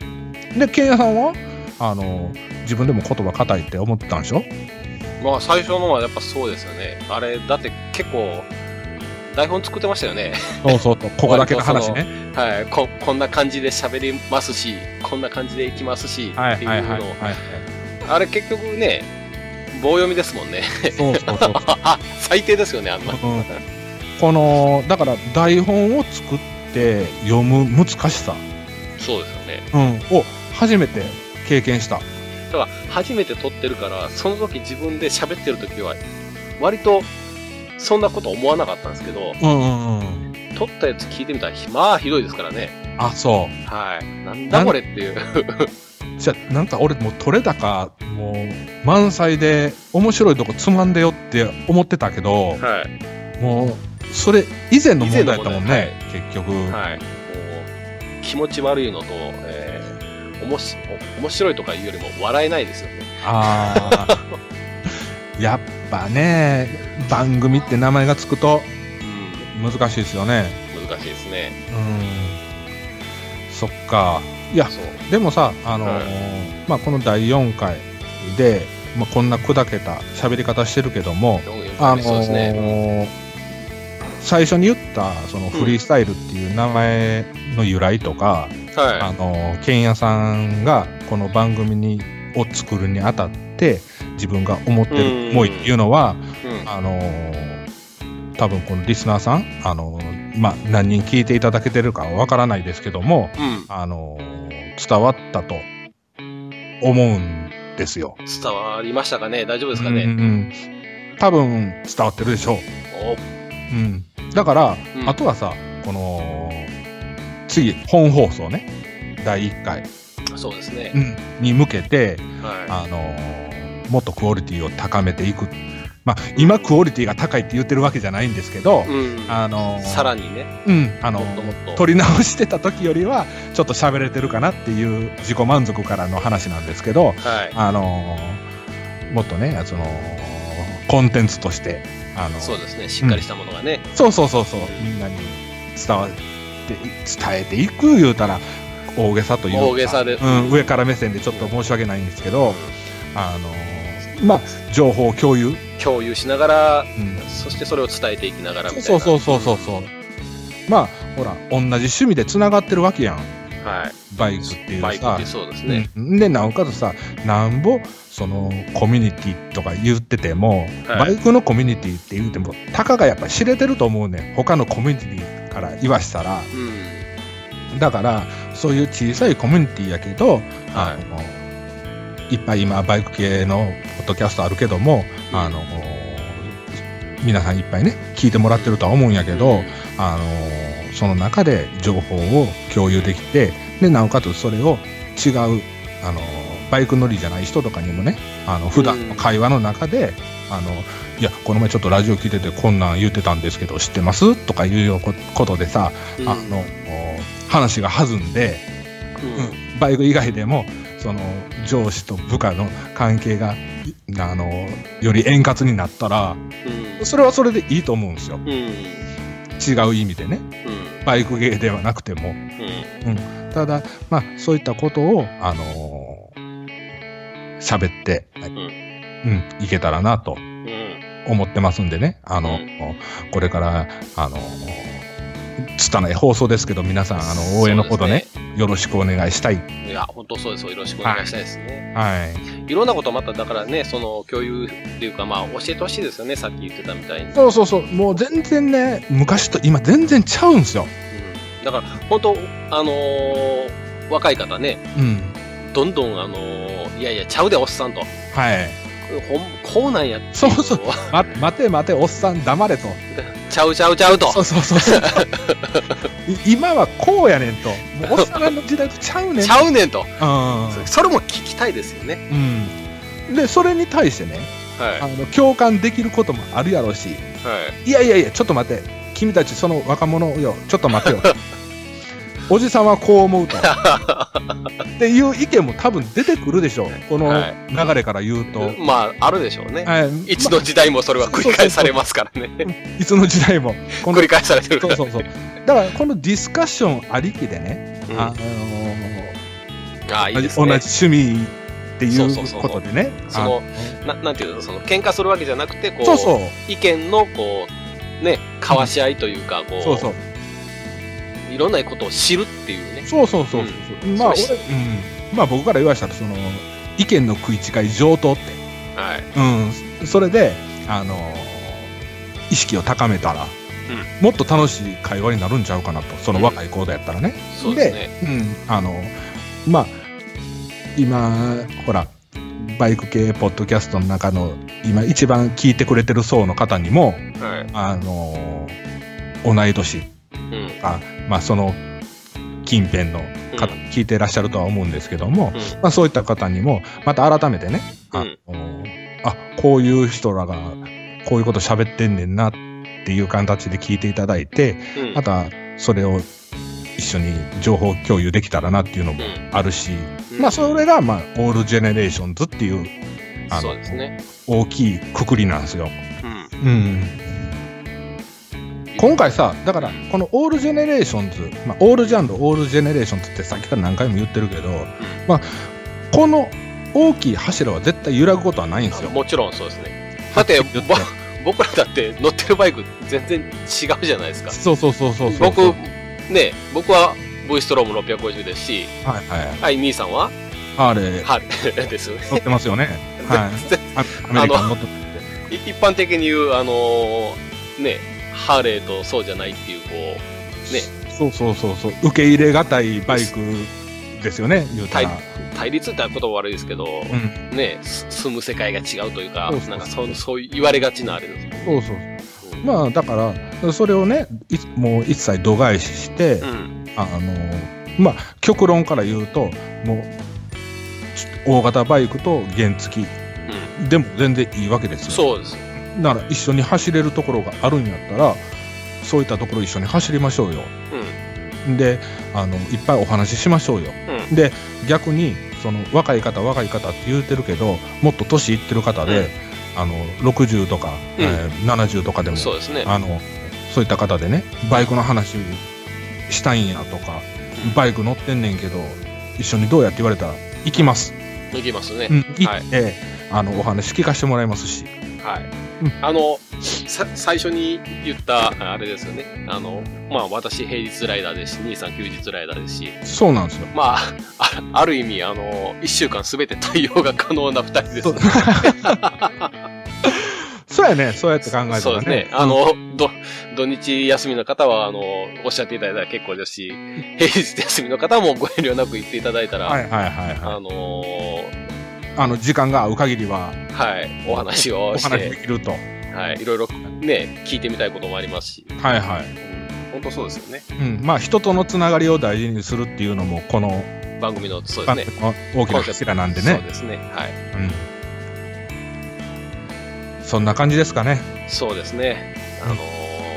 [SPEAKER 2] い。で、ケンヤさんは、あの、自分でも言葉硬いって思ってたんでしょ
[SPEAKER 1] まあ最初のはやっぱそうですよねあれだって結構台本作ってましたよね
[SPEAKER 2] そうそうそう、ここだけの話ね。
[SPEAKER 1] はいここんな感じで喋りますしこんな感じでいきますし
[SPEAKER 2] はい
[SPEAKER 1] ってい
[SPEAKER 2] はいうはい
[SPEAKER 1] のを
[SPEAKER 2] はい。
[SPEAKER 1] あれ結局ね棒読みですもんね
[SPEAKER 2] そうそうそう。
[SPEAKER 1] あ最低ですよねあんな
[SPEAKER 2] うんこのだから台本を作って読む難しさ、
[SPEAKER 1] そうですよね
[SPEAKER 2] を初めて経験した
[SPEAKER 1] だから初めて撮ってるからその時自分で喋ってる時は割とそんなこと思わなかったんですけど
[SPEAKER 2] うんうんうん
[SPEAKER 1] 撮ったやつ聞いてみたらまあひどいですからね
[SPEAKER 2] あそう
[SPEAKER 1] はいなんだこれっていう
[SPEAKER 2] じゃあなんか俺もう取れたかもう満載で面白いとこつまんでよって思ってたけど
[SPEAKER 1] はい
[SPEAKER 2] もうそれ以前の問題だったも
[SPEAKER 1] 以
[SPEAKER 2] ん
[SPEAKER 1] 前の問題はいは
[SPEAKER 2] ね結局、
[SPEAKER 1] い、こう気持ち悪いのと、えーおもしお面白いとかいうよりも笑えないですよね。
[SPEAKER 2] ああ やっぱね番組って名前がつくと難しいですよね
[SPEAKER 1] 難しいですね。
[SPEAKER 2] うんそっかいや
[SPEAKER 1] そう
[SPEAKER 2] でもさ、あのーまあ、この第4回で、まあ、こんな砕けた喋り方してるけども、あ
[SPEAKER 1] あ
[SPEAKER 2] の
[SPEAKER 1] そうですね。
[SPEAKER 2] ー最初に言ったそのフリースタイルっていう名前の由来とか、あ
[SPEAKER 1] は
[SPEAKER 2] のー、ケンヤさんがこの番組にを作るにあたって自分が思ってる思いっていうのは、
[SPEAKER 1] い。うん
[SPEAKER 2] あのー多分このリスナーさん、あのーまあ、何人聞いていただけてるかはわからないですけども、
[SPEAKER 1] うん、
[SPEAKER 2] あのー伝わったと思うんですよ。
[SPEAKER 1] 伝わりましたかね大丈夫ですか
[SPEAKER 2] うん
[SPEAKER 1] ね、
[SPEAKER 2] うん多分伝わってるでしょう。
[SPEAKER 1] お
[SPEAKER 2] うん、だから、
[SPEAKER 1] うん
[SPEAKER 2] あとはさこの次本放送ね第1回、
[SPEAKER 1] そうですね
[SPEAKER 2] う。んに向けて、
[SPEAKER 1] は
[SPEAKER 2] あのーもっとクオリティを高めていく。まあ、今クオリティが高いって言ってるわけじゃないんですけど
[SPEAKER 1] い。、うん。
[SPEAKER 2] あのー
[SPEAKER 1] さらにね、
[SPEAKER 2] うん、あの
[SPEAKER 1] もっともっと。
[SPEAKER 2] 取り直してた時よりはちょっと喋れてるかなっていう自己満足からの話なんですけど、
[SPEAKER 1] はい。
[SPEAKER 2] あのーもっとねそのコンテンツとして、あの
[SPEAKER 1] そうですね。しっかりしたものがね。
[SPEAKER 2] そうそうそうそうみんなに伝わって伝えていく言うたら大げさというか
[SPEAKER 1] 大げさで
[SPEAKER 2] うん、上から目線でちょっと申し訳ないんですけど、あのーまあ情報共有、
[SPEAKER 1] 共有しながら、
[SPEAKER 2] うん
[SPEAKER 1] そしてそれを伝えていきながらみたい
[SPEAKER 2] そ
[SPEAKER 1] な。
[SPEAKER 2] うそうそうそうそうまあほら同じ趣味でつながってるわけやん
[SPEAKER 1] は
[SPEAKER 2] バイクってい
[SPEAKER 1] い。
[SPEAKER 2] う
[SPEAKER 1] バイクっ
[SPEAKER 2] さ
[SPEAKER 1] てそうですね。
[SPEAKER 2] うんでなおかつさなんぼそのコミュニティとか言ってても、
[SPEAKER 1] はい
[SPEAKER 2] バイクのコミュニティって言ってもたかがやっぱ知れてると思うねん他のコミュニティから言わしたら
[SPEAKER 1] うん。
[SPEAKER 2] だからそういう小さいコミュニティやけど、
[SPEAKER 1] は
[SPEAKER 2] あのいっぱい今バイク系のポッドキャストあるけども、
[SPEAKER 1] うん
[SPEAKER 2] あの皆さんいっぱいね聞いてもらってるとは思うんやけ
[SPEAKER 1] う
[SPEAKER 2] ど、
[SPEAKER 1] ん
[SPEAKER 2] あのその中で情報を共有できてでなおかつそれを違う、あのバイク乗りじゃない人とかにもねあの普段の会話の中で、あのいやこの前ちょっとラジオ聞いててこんなん言ってたんですけど知ってますとかいうようなことでさ、
[SPEAKER 1] うん
[SPEAKER 2] あのこう話が弾んで、
[SPEAKER 1] うん
[SPEAKER 2] バイク以外でもその上司と部下の関係がいあのより円滑になったらそれはそれでいいと思うんですよ
[SPEAKER 1] うん。うん。
[SPEAKER 2] 違う意味でねバイク芸ではなくても
[SPEAKER 1] う
[SPEAKER 2] ただまあそういったことをあのー喋って、うんいけたらなと
[SPEAKER 1] ん。うん。
[SPEAKER 2] 思ってますんでねあ
[SPEAKER 1] う
[SPEAKER 2] の、
[SPEAKER 1] ん
[SPEAKER 2] これからあの拙い放送ですけど皆さんあの応援のほどねよろしくお願いしたい
[SPEAKER 1] そうですね。いや、本当そうです。よろしくお願いしたいですね。
[SPEAKER 2] はい
[SPEAKER 1] いろんなことまた、だからね、その共有っていうか、まあ、教えてほしいですよね、さっき言ってたみたいに。うん。
[SPEAKER 2] そうそうそうもう全然ね昔と今全然ちゃうんですよ
[SPEAKER 1] だから、本当あのー若い方ね、
[SPEAKER 2] うん
[SPEAKER 1] どんどん、あのーいやいや、ちゃうで、おっさんと。
[SPEAKER 2] はい
[SPEAKER 1] ほんこうなんやっていのを
[SPEAKER 2] そうそうま待て待ておっさん黙れと
[SPEAKER 1] ちゃうちゃうちゃうと。
[SPEAKER 2] そうそうそう そうい今はこうやねんともうおっさんの時代とちゃうねんと
[SPEAKER 1] ちゃうねんと。
[SPEAKER 2] う
[SPEAKER 1] それも聞きたいですよね。
[SPEAKER 2] ん、うん、でそれに対してね
[SPEAKER 1] はい。
[SPEAKER 2] あ
[SPEAKER 1] は
[SPEAKER 2] の共感できることもあるやろうしいやいやいやちょっと待て君たちその若者よちょっ と待てよおじさんはこう思うとっていう意見も多分出てくるでしょうこの
[SPEAKER 1] はい
[SPEAKER 2] 流れから言うと、
[SPEAKER 1] い。まあ、あるでしょうね。
[SPEAKER 2] はい
[SPEAKER 1] いつの時代もそれは繰り返されますからね。
[SPEAKER 2] まいつの時代 もこの
[SPEAKER 1] 繰り返されてるか
[SPEAKER 2] そう
[SPEAKER 1] ら。
[SPEAKER 2] そうそうだからこのディスカッションありきでね、
[SPEAKER 1] うん
[SPEAKER 2] あの
[SPEAKER 1] ああ、いいです
[SPEAKER 2] 同
[SPEAKER 1] ね。
[SPEAKER 2] じ趣味ってい
[SPEAKER 1] そうそうそうう
[SPEAKER 2] ことでね
[SPEAKER 1] そのななんていうの、その、喧嘩するわけじゃなくて、こ
[SPEAKER 2] あ
[SPEAKER 1] う、
[SPEAKER 2] そうそう
[SPEAKER 1] 意見の、こう、ね、交わし合いというか、こう、
[SPEAKER 2] そうそう
[SPEAKER 1] いろんなことを知るっていうね。
[SPEAKER 2] そうそうそうそう、まあ俺、
[SPEAKER 1] そ
[SPEAKER 2] うん、まあ僕から言わしたらその意見の食い違い上等って、
[SPEAKER 1] はい。
[SPEAKER 2] うん、それであのー意識を高めたら、もっと楽しい会話になるんちゃうかなとその若い子だやったらね、
[SPEAKER 1] そうですね。
[SPEAKER 2] うん、あのまあ今ほらバイク系ポッドキャストの中の今一番聞いてくれてる層の方にも
[SPEAKER 1] はい。
[SPEAKER 2] あのー同い年
[SPEAKER 1] うん。うん。
[SPEAKER 2] あまあその近辺の方、聞いてらっしゃるとは思うんですけども、まあ、そういった方にもまた改めてね、あのあこういう人らがこういうこと喋ってんねんなっていう形で聞いていただいて
[SPEAKER 1] うん。うん
[SPEAKER 2] またそれを一緒に情報共有できたらなっていうのもあるし、まあそれが、まあ、オールジェネレーションズっていうあ
[SPEAKER 1] そ
[SPEAKER 2] の
[SPEAKER 1] うですね。
[SPEAKER 2] 大きいくくりなんですよ。
[SPEAKER 1] うん。
[SPEAKER 2] うん今回さだからこのオールジェネレーションズ、まあ、オールジャンルオールジェネレーションズってさっきから何回も言ってるけど、まあ、この大きい柱は絶対揺らぐことはないんですよ。
[SPEAKER 1] もちろんそうですね。だって
[SPEAKER 2] はきり言
[SPEAKER 1] ぼ僕らだって乗ってるバイク全然違うじゃないですか。
[SPEAKER 2] そうそうそうそうそう
[SPEAKER 1] 僕
[SPEAKER 2] は、
[SPEAKER 1] ね、僕は V ストローム650ですし、
[SPEAKER 2] いはい
[SPEAKER 1] はい、兄さんは
[SPEAKER 2] あれ
[SPEAKER 1] ハー レーですよね。
[SPEAKER 2] 乗ってますよねはい
[SPEAKER 1] 全
[SPEAKER 2] あアメリカン乗ってます
[SPEAKER 1] い 一般的に言う、あのーね、ハーレーとそうじゃないっていう、こ
[SPEAKER 2] そうそうそうそう受け入れがたいバイクですよね言うたら、
[SPEAKER 1] はいう、対立って言ったら悪いですけど、
[SPEAKER 2] うん、
[SPEAKER 1] ね、す住む世界が違うというか
[SPEAKER 2] そうそう、
[SPEAKER 1] なんかそうそう言われがちなあれです
[SPEAKER 2] そうそう
[SPEAKER 1] もん。
[SPEAKER 2] まあだからそれをねいもう一切度外視して、
[SPEAKER 1] うん、
[SPEAKER 2] あのまあ極論から言うともうち大型バイクと原付でも全然いいわけですよ
[SPEAKER 1] そうです。
[SPEAKER 2] なら一緒に走れるところがあるんやったらそういったところ一緒に走りましょうよ
[SPEAKER 1] うん、
[SPEAKER 2] であのいっぱいお話ししましょうよ、
[SPEAKER 1] うん
[SPEAKER 2] で逆にその若い方若い方って言うてるけどもっと年いってる方で、あの60とか、
[SPEAKER 1] うん
[SPEAKER 2] えー70とかでも
[SPEAKER 1] そうですね。
[SPEAKER 2] あのそういった方でねバイクの話したいんやとかバイク乗ってんねんけど一緒にどうやって言われたら行きます、
[SPEAKER 1] いきますね
[SPEAKER 2] う。ん、行
[SPEAKER 1] はい
[SPEAKER 2] って、あのお話聞かせてもらいますし
[SPEAKER 1] はい
[SPEAKER 2] うん。
[SPEAKER 1] あの、さ最初に言った、あれですよね。あの、まあ、私、平日ライダーですし、兄さん、休日ライダーですし、
[SPEAKER 2] そうなんですよ
[SPEAKER 1] まあ、あある意味、あの、一週間すべて対応が可能な二人です
[SPEAKER 2] そう。そうやねそうやって考えたらね
[SPEAKER 1] そうですね。あの、ど、土日休みの方は、あの、おっしゃっていただいたら結構ですし、平日休みの方もご遠慮なく言っていただいたら、
[SPEAKER 2] はいはいはいは
[SPEAKER 1] あ
[SPEAKER 2] い
[SPEAKER 1] のー
[SPEAKER 2] あの時間が合う限りは
[SPEAKER 1] はい、お話
[SPEAKER 2] お
[SPEAKER 1] をし
[SPEAKER 2] 話で
[SPEAKER 1] て、
[SPEAKER 2] きるとは
[SPEAKER 1] はい、いろいろね、聞いてみたいこともありますし、
[SPEAKER 2] いはい、
[SPEAKER 1] 本当そうですよね。
[SPEAKER 2] うん、まあ人とのつながりを大事にするっていうのもこの
[SPEAKER 1] 番組の、そうです
[SPEAKER 2] 番
[SPEAKER 1] ね
[SPEAKER 2] 組。の大きな柱なんで
[SPEAKER 1] そう
[SPEAKER 2] ね
[SPEAKER 1] ですね。はい。
[SPEAKER 2] うん、そんな感じですかね
[SPEAKER 1] そうですね。あのー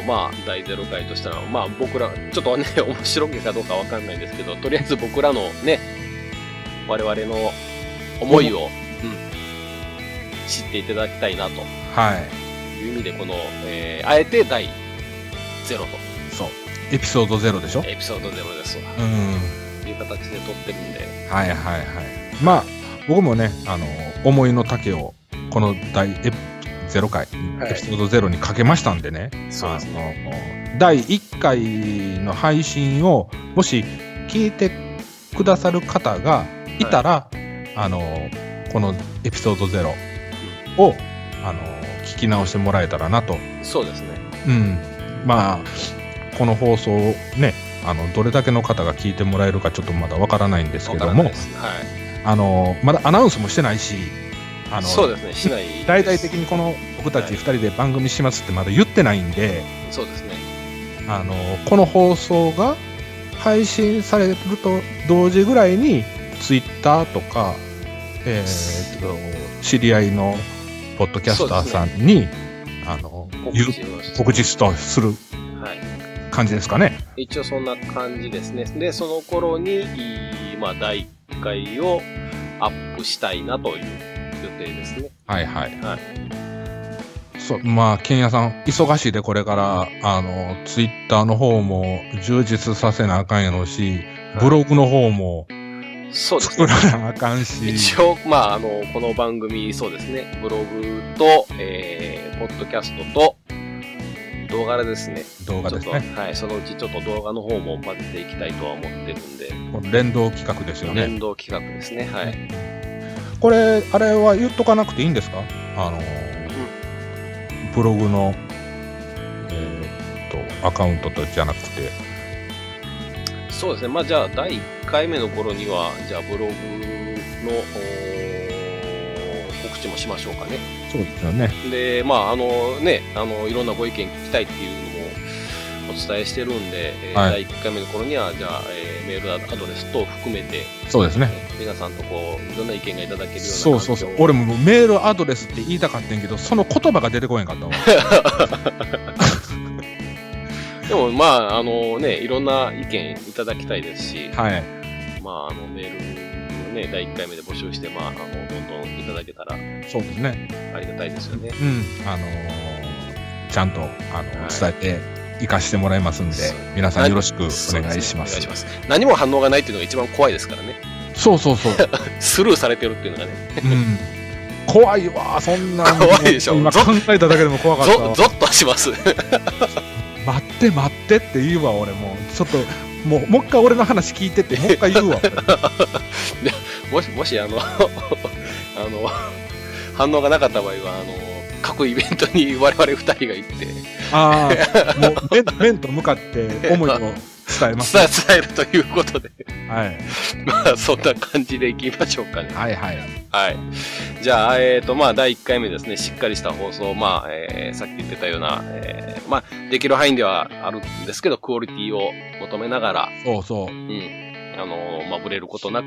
[SPEAKER 1] まあ、第0回としたら、まあ、 僕ら、ちょっとね、面白いかどうかわかんないですけど、とりあえず僕らのね、我々の思いを、うん、知っていただきたいなと
[SPEAKER 2] はい。
[SPEAKER 1] いう意味で、この、えーあえて第0と、
[SPEAKER 2] そう。エピソードゼロでしょ
[SPEAKER 1] エピソード0ですわ、
[SPEAKER 2] うん。
[SPEAKER 1] いう形で撮ってるんで、
[SPEAKER 2] はいはいはい。まあ、僕もね、あの、思いの丈を、この第エピゼロ回、
[SPEAKER 1] はい
[SPEAKER 2] エピソードゼロにかけましたんでね。
[SPEAKER 1] そうです
[SPEAKER 2] あの第1回の配信を、もし聞いてくださる方がいたら、あの、このエピソードゼロを、あの、聞き直してもらえたらなと
[SPEAKER 1] そうですね。
[SPEAKER 2] うん、まあこの放送をねあのどれだけの方が聞いてもらえるかちょっとまだわからないんですけど
[SPEAKER 1] わからないで
[SPEAKER 2] も
[SPEAKER 1] すはい。
[SPEAKER 2] あのまだアナウンスもしてないしあの
[SPEAKER 1] そうですね、しないです。
[SPEAKER 2] 大々的にこの僕た
[SPEAKER 1] は
[SPEAKER 2] ち
[SPEAKER 1] い
[SPEAKER 2] 2人で番組しますってまだ言ってないんで、
[SPEAKER 1] そうですね。
[SPEAKER 2] あのこの放送が配信されると同時ぐらいに Twitter とか、えーと知り合いのポッドキャスターさんに、あの
[SPEAKER 1] 告
[SPEAKER 2] 言う
[SPEAKER 1] 知をして
[SPEAKER 2] 告知する
[SPEAKER 1] はい。
[SPEAKER 2] 感じですかね。
[SPEAKER 1] 一応そんな感じですね。で、その頃に、まあ、第1回をアップしたいなという予定ですね。
[SPEAKER 2] はいはい。
[SPEAKER 1] は
[SPEAKER 2] そう、まあ、けんやさん、忙しいで、これから、あの、ツイッターの方も充実させなあかんやろし、ブログの方も
[SPEAKER 1] そうですね。
[SPEAKER 2] 作らなあかんし、
[SPEAKER 1] 一応、まあ、あの、この番組、そうですね。ブログと、えー、ポッドキャストと、動画ですね。
[SPEAKER 2] 動画ですね。
[SPEAKER 1] ちょっと、はい。そのうちちょっと動画の方も混ぜていきたいとは思ってるんで、
[SPEAKER 2] これ連動企画ですよね。
[SPEAKER 1] 連動企画ですね。はい。
[SPEAKER 2] これ、あれは言っとかなくていいんですかあの、ブログの、えーっと、アカウントとじゃなくて、
[SPEAKER 1] そうですね。まあ、じゃあ、第1回目の頃には、じゃあ、ブログの、おー告知もしましょうかね。
[SPEAKER 2] そうですよね。
[SPEAKER 1] で、まあ、あのね、あの、いろんなご意見聞きたいっていうのもお伝えしてるんで、えー
[SPEAKER 2] はい
[SPEAKER 1] 第1回目の頃には、じゃあ、えーメールアドレス等含めて、
[SPEAKER 2] そうですね。
[SPEAKER 1] 皆さんとこう、いろんな意見がいただけるような環境
[SPEAKER 2] そうそうそう。俺もメールアドレスって言いたかったんやけど、その言葉が出てこへん かったわ。
[SPEAKER 1] でも、まあ、あのね、いろんな意見いただきたいですし、
[SPEAKER 2] はい。
[SPEAKER 1] まあ、あの、メールをね、第1回目で募集して、まあ、あの、どんどんいただけたら
[SPEAKER 2] そうですね。
[SPEAKER 1] ありがたいですよね。
[SPEAKER 2] うん。あのーちゃんと、あの
[SPEAKER 1] は
[SPEAKER 2] 伝えて、生かしてもらいますんで
[SPEAKER 1] そう、
[SPEAKER 2] 皆さんよろしくお願
[SPEAKER 1] そうでね
[SPEAKER 2] いします。
[SPEAKER 1] お願いします。何も反応がないっていうのが一番怖いですからね。
[SPEAKER 2] そうそうそう。
[SPEAKER 1] スルーされてるっていうのがね、
[SPEAKER 2] うん。怖いわ、そんなん。
[SPEAKER 1] 怖いでしょ
[SPEAKER 2] 今
[SPEAKER 1] ゾ
[SPEAKER 2] 考えただけでも怖かった
[SPEAKER 1] ゾ
[SPEAKER 2] わ
[SPEAKER 1] ゾ。ッとします。
[SPEAKER 2] 待って待ってって言うわ、俺もう。ちょっと、もう、もう一回俺の話聞いて って、もう一回言うわ。
[SPEAKER 1] もし、もし、あの、 あの、反応がなかった場合は、あの、各イベントに 我々二人が行って、伝
[SPEAKER 2] ああ、もう面、面と向かって思いを伝えます。
[SPEAKER 1] え、伝えるということで、
[SPEAKER 2] はい。
[SPEAKER 1] まあ、そんな感じでいきましょうかね。
[SPEAKER 2] はいはい。
[SPEAKER 1] はい。じゃあ、えっ、と、まあ、第1回目ですね、しっかりした放送、まあ、えーさっき言ってたような、えーまあ、できる範囲ではあるんですけど、クオリティを求めながら、
[SPEAKER 2] そうそ
[SPEAKER 1] う
[SPEAKER 2] う。
[SPEAKER 1] ん。あの、まあ、ぶれることなく、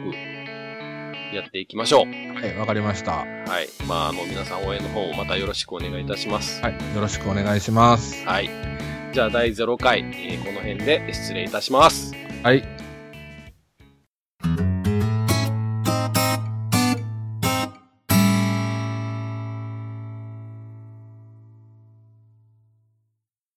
[SPEAKER 1] やっていきましょう。
[SPEAKER 2] はい、わかりました。
[SPEAKER 1] はい。まあ、あの、皆さん応援の方もまたよろしくお願いいたします。
[SPEAKER 2] はい、よろしくお願いします。
[SPEAKER 1] はい。じゃあ、第0回、えーこの辺で失礼いたします。
[SPEAKER 2] はい、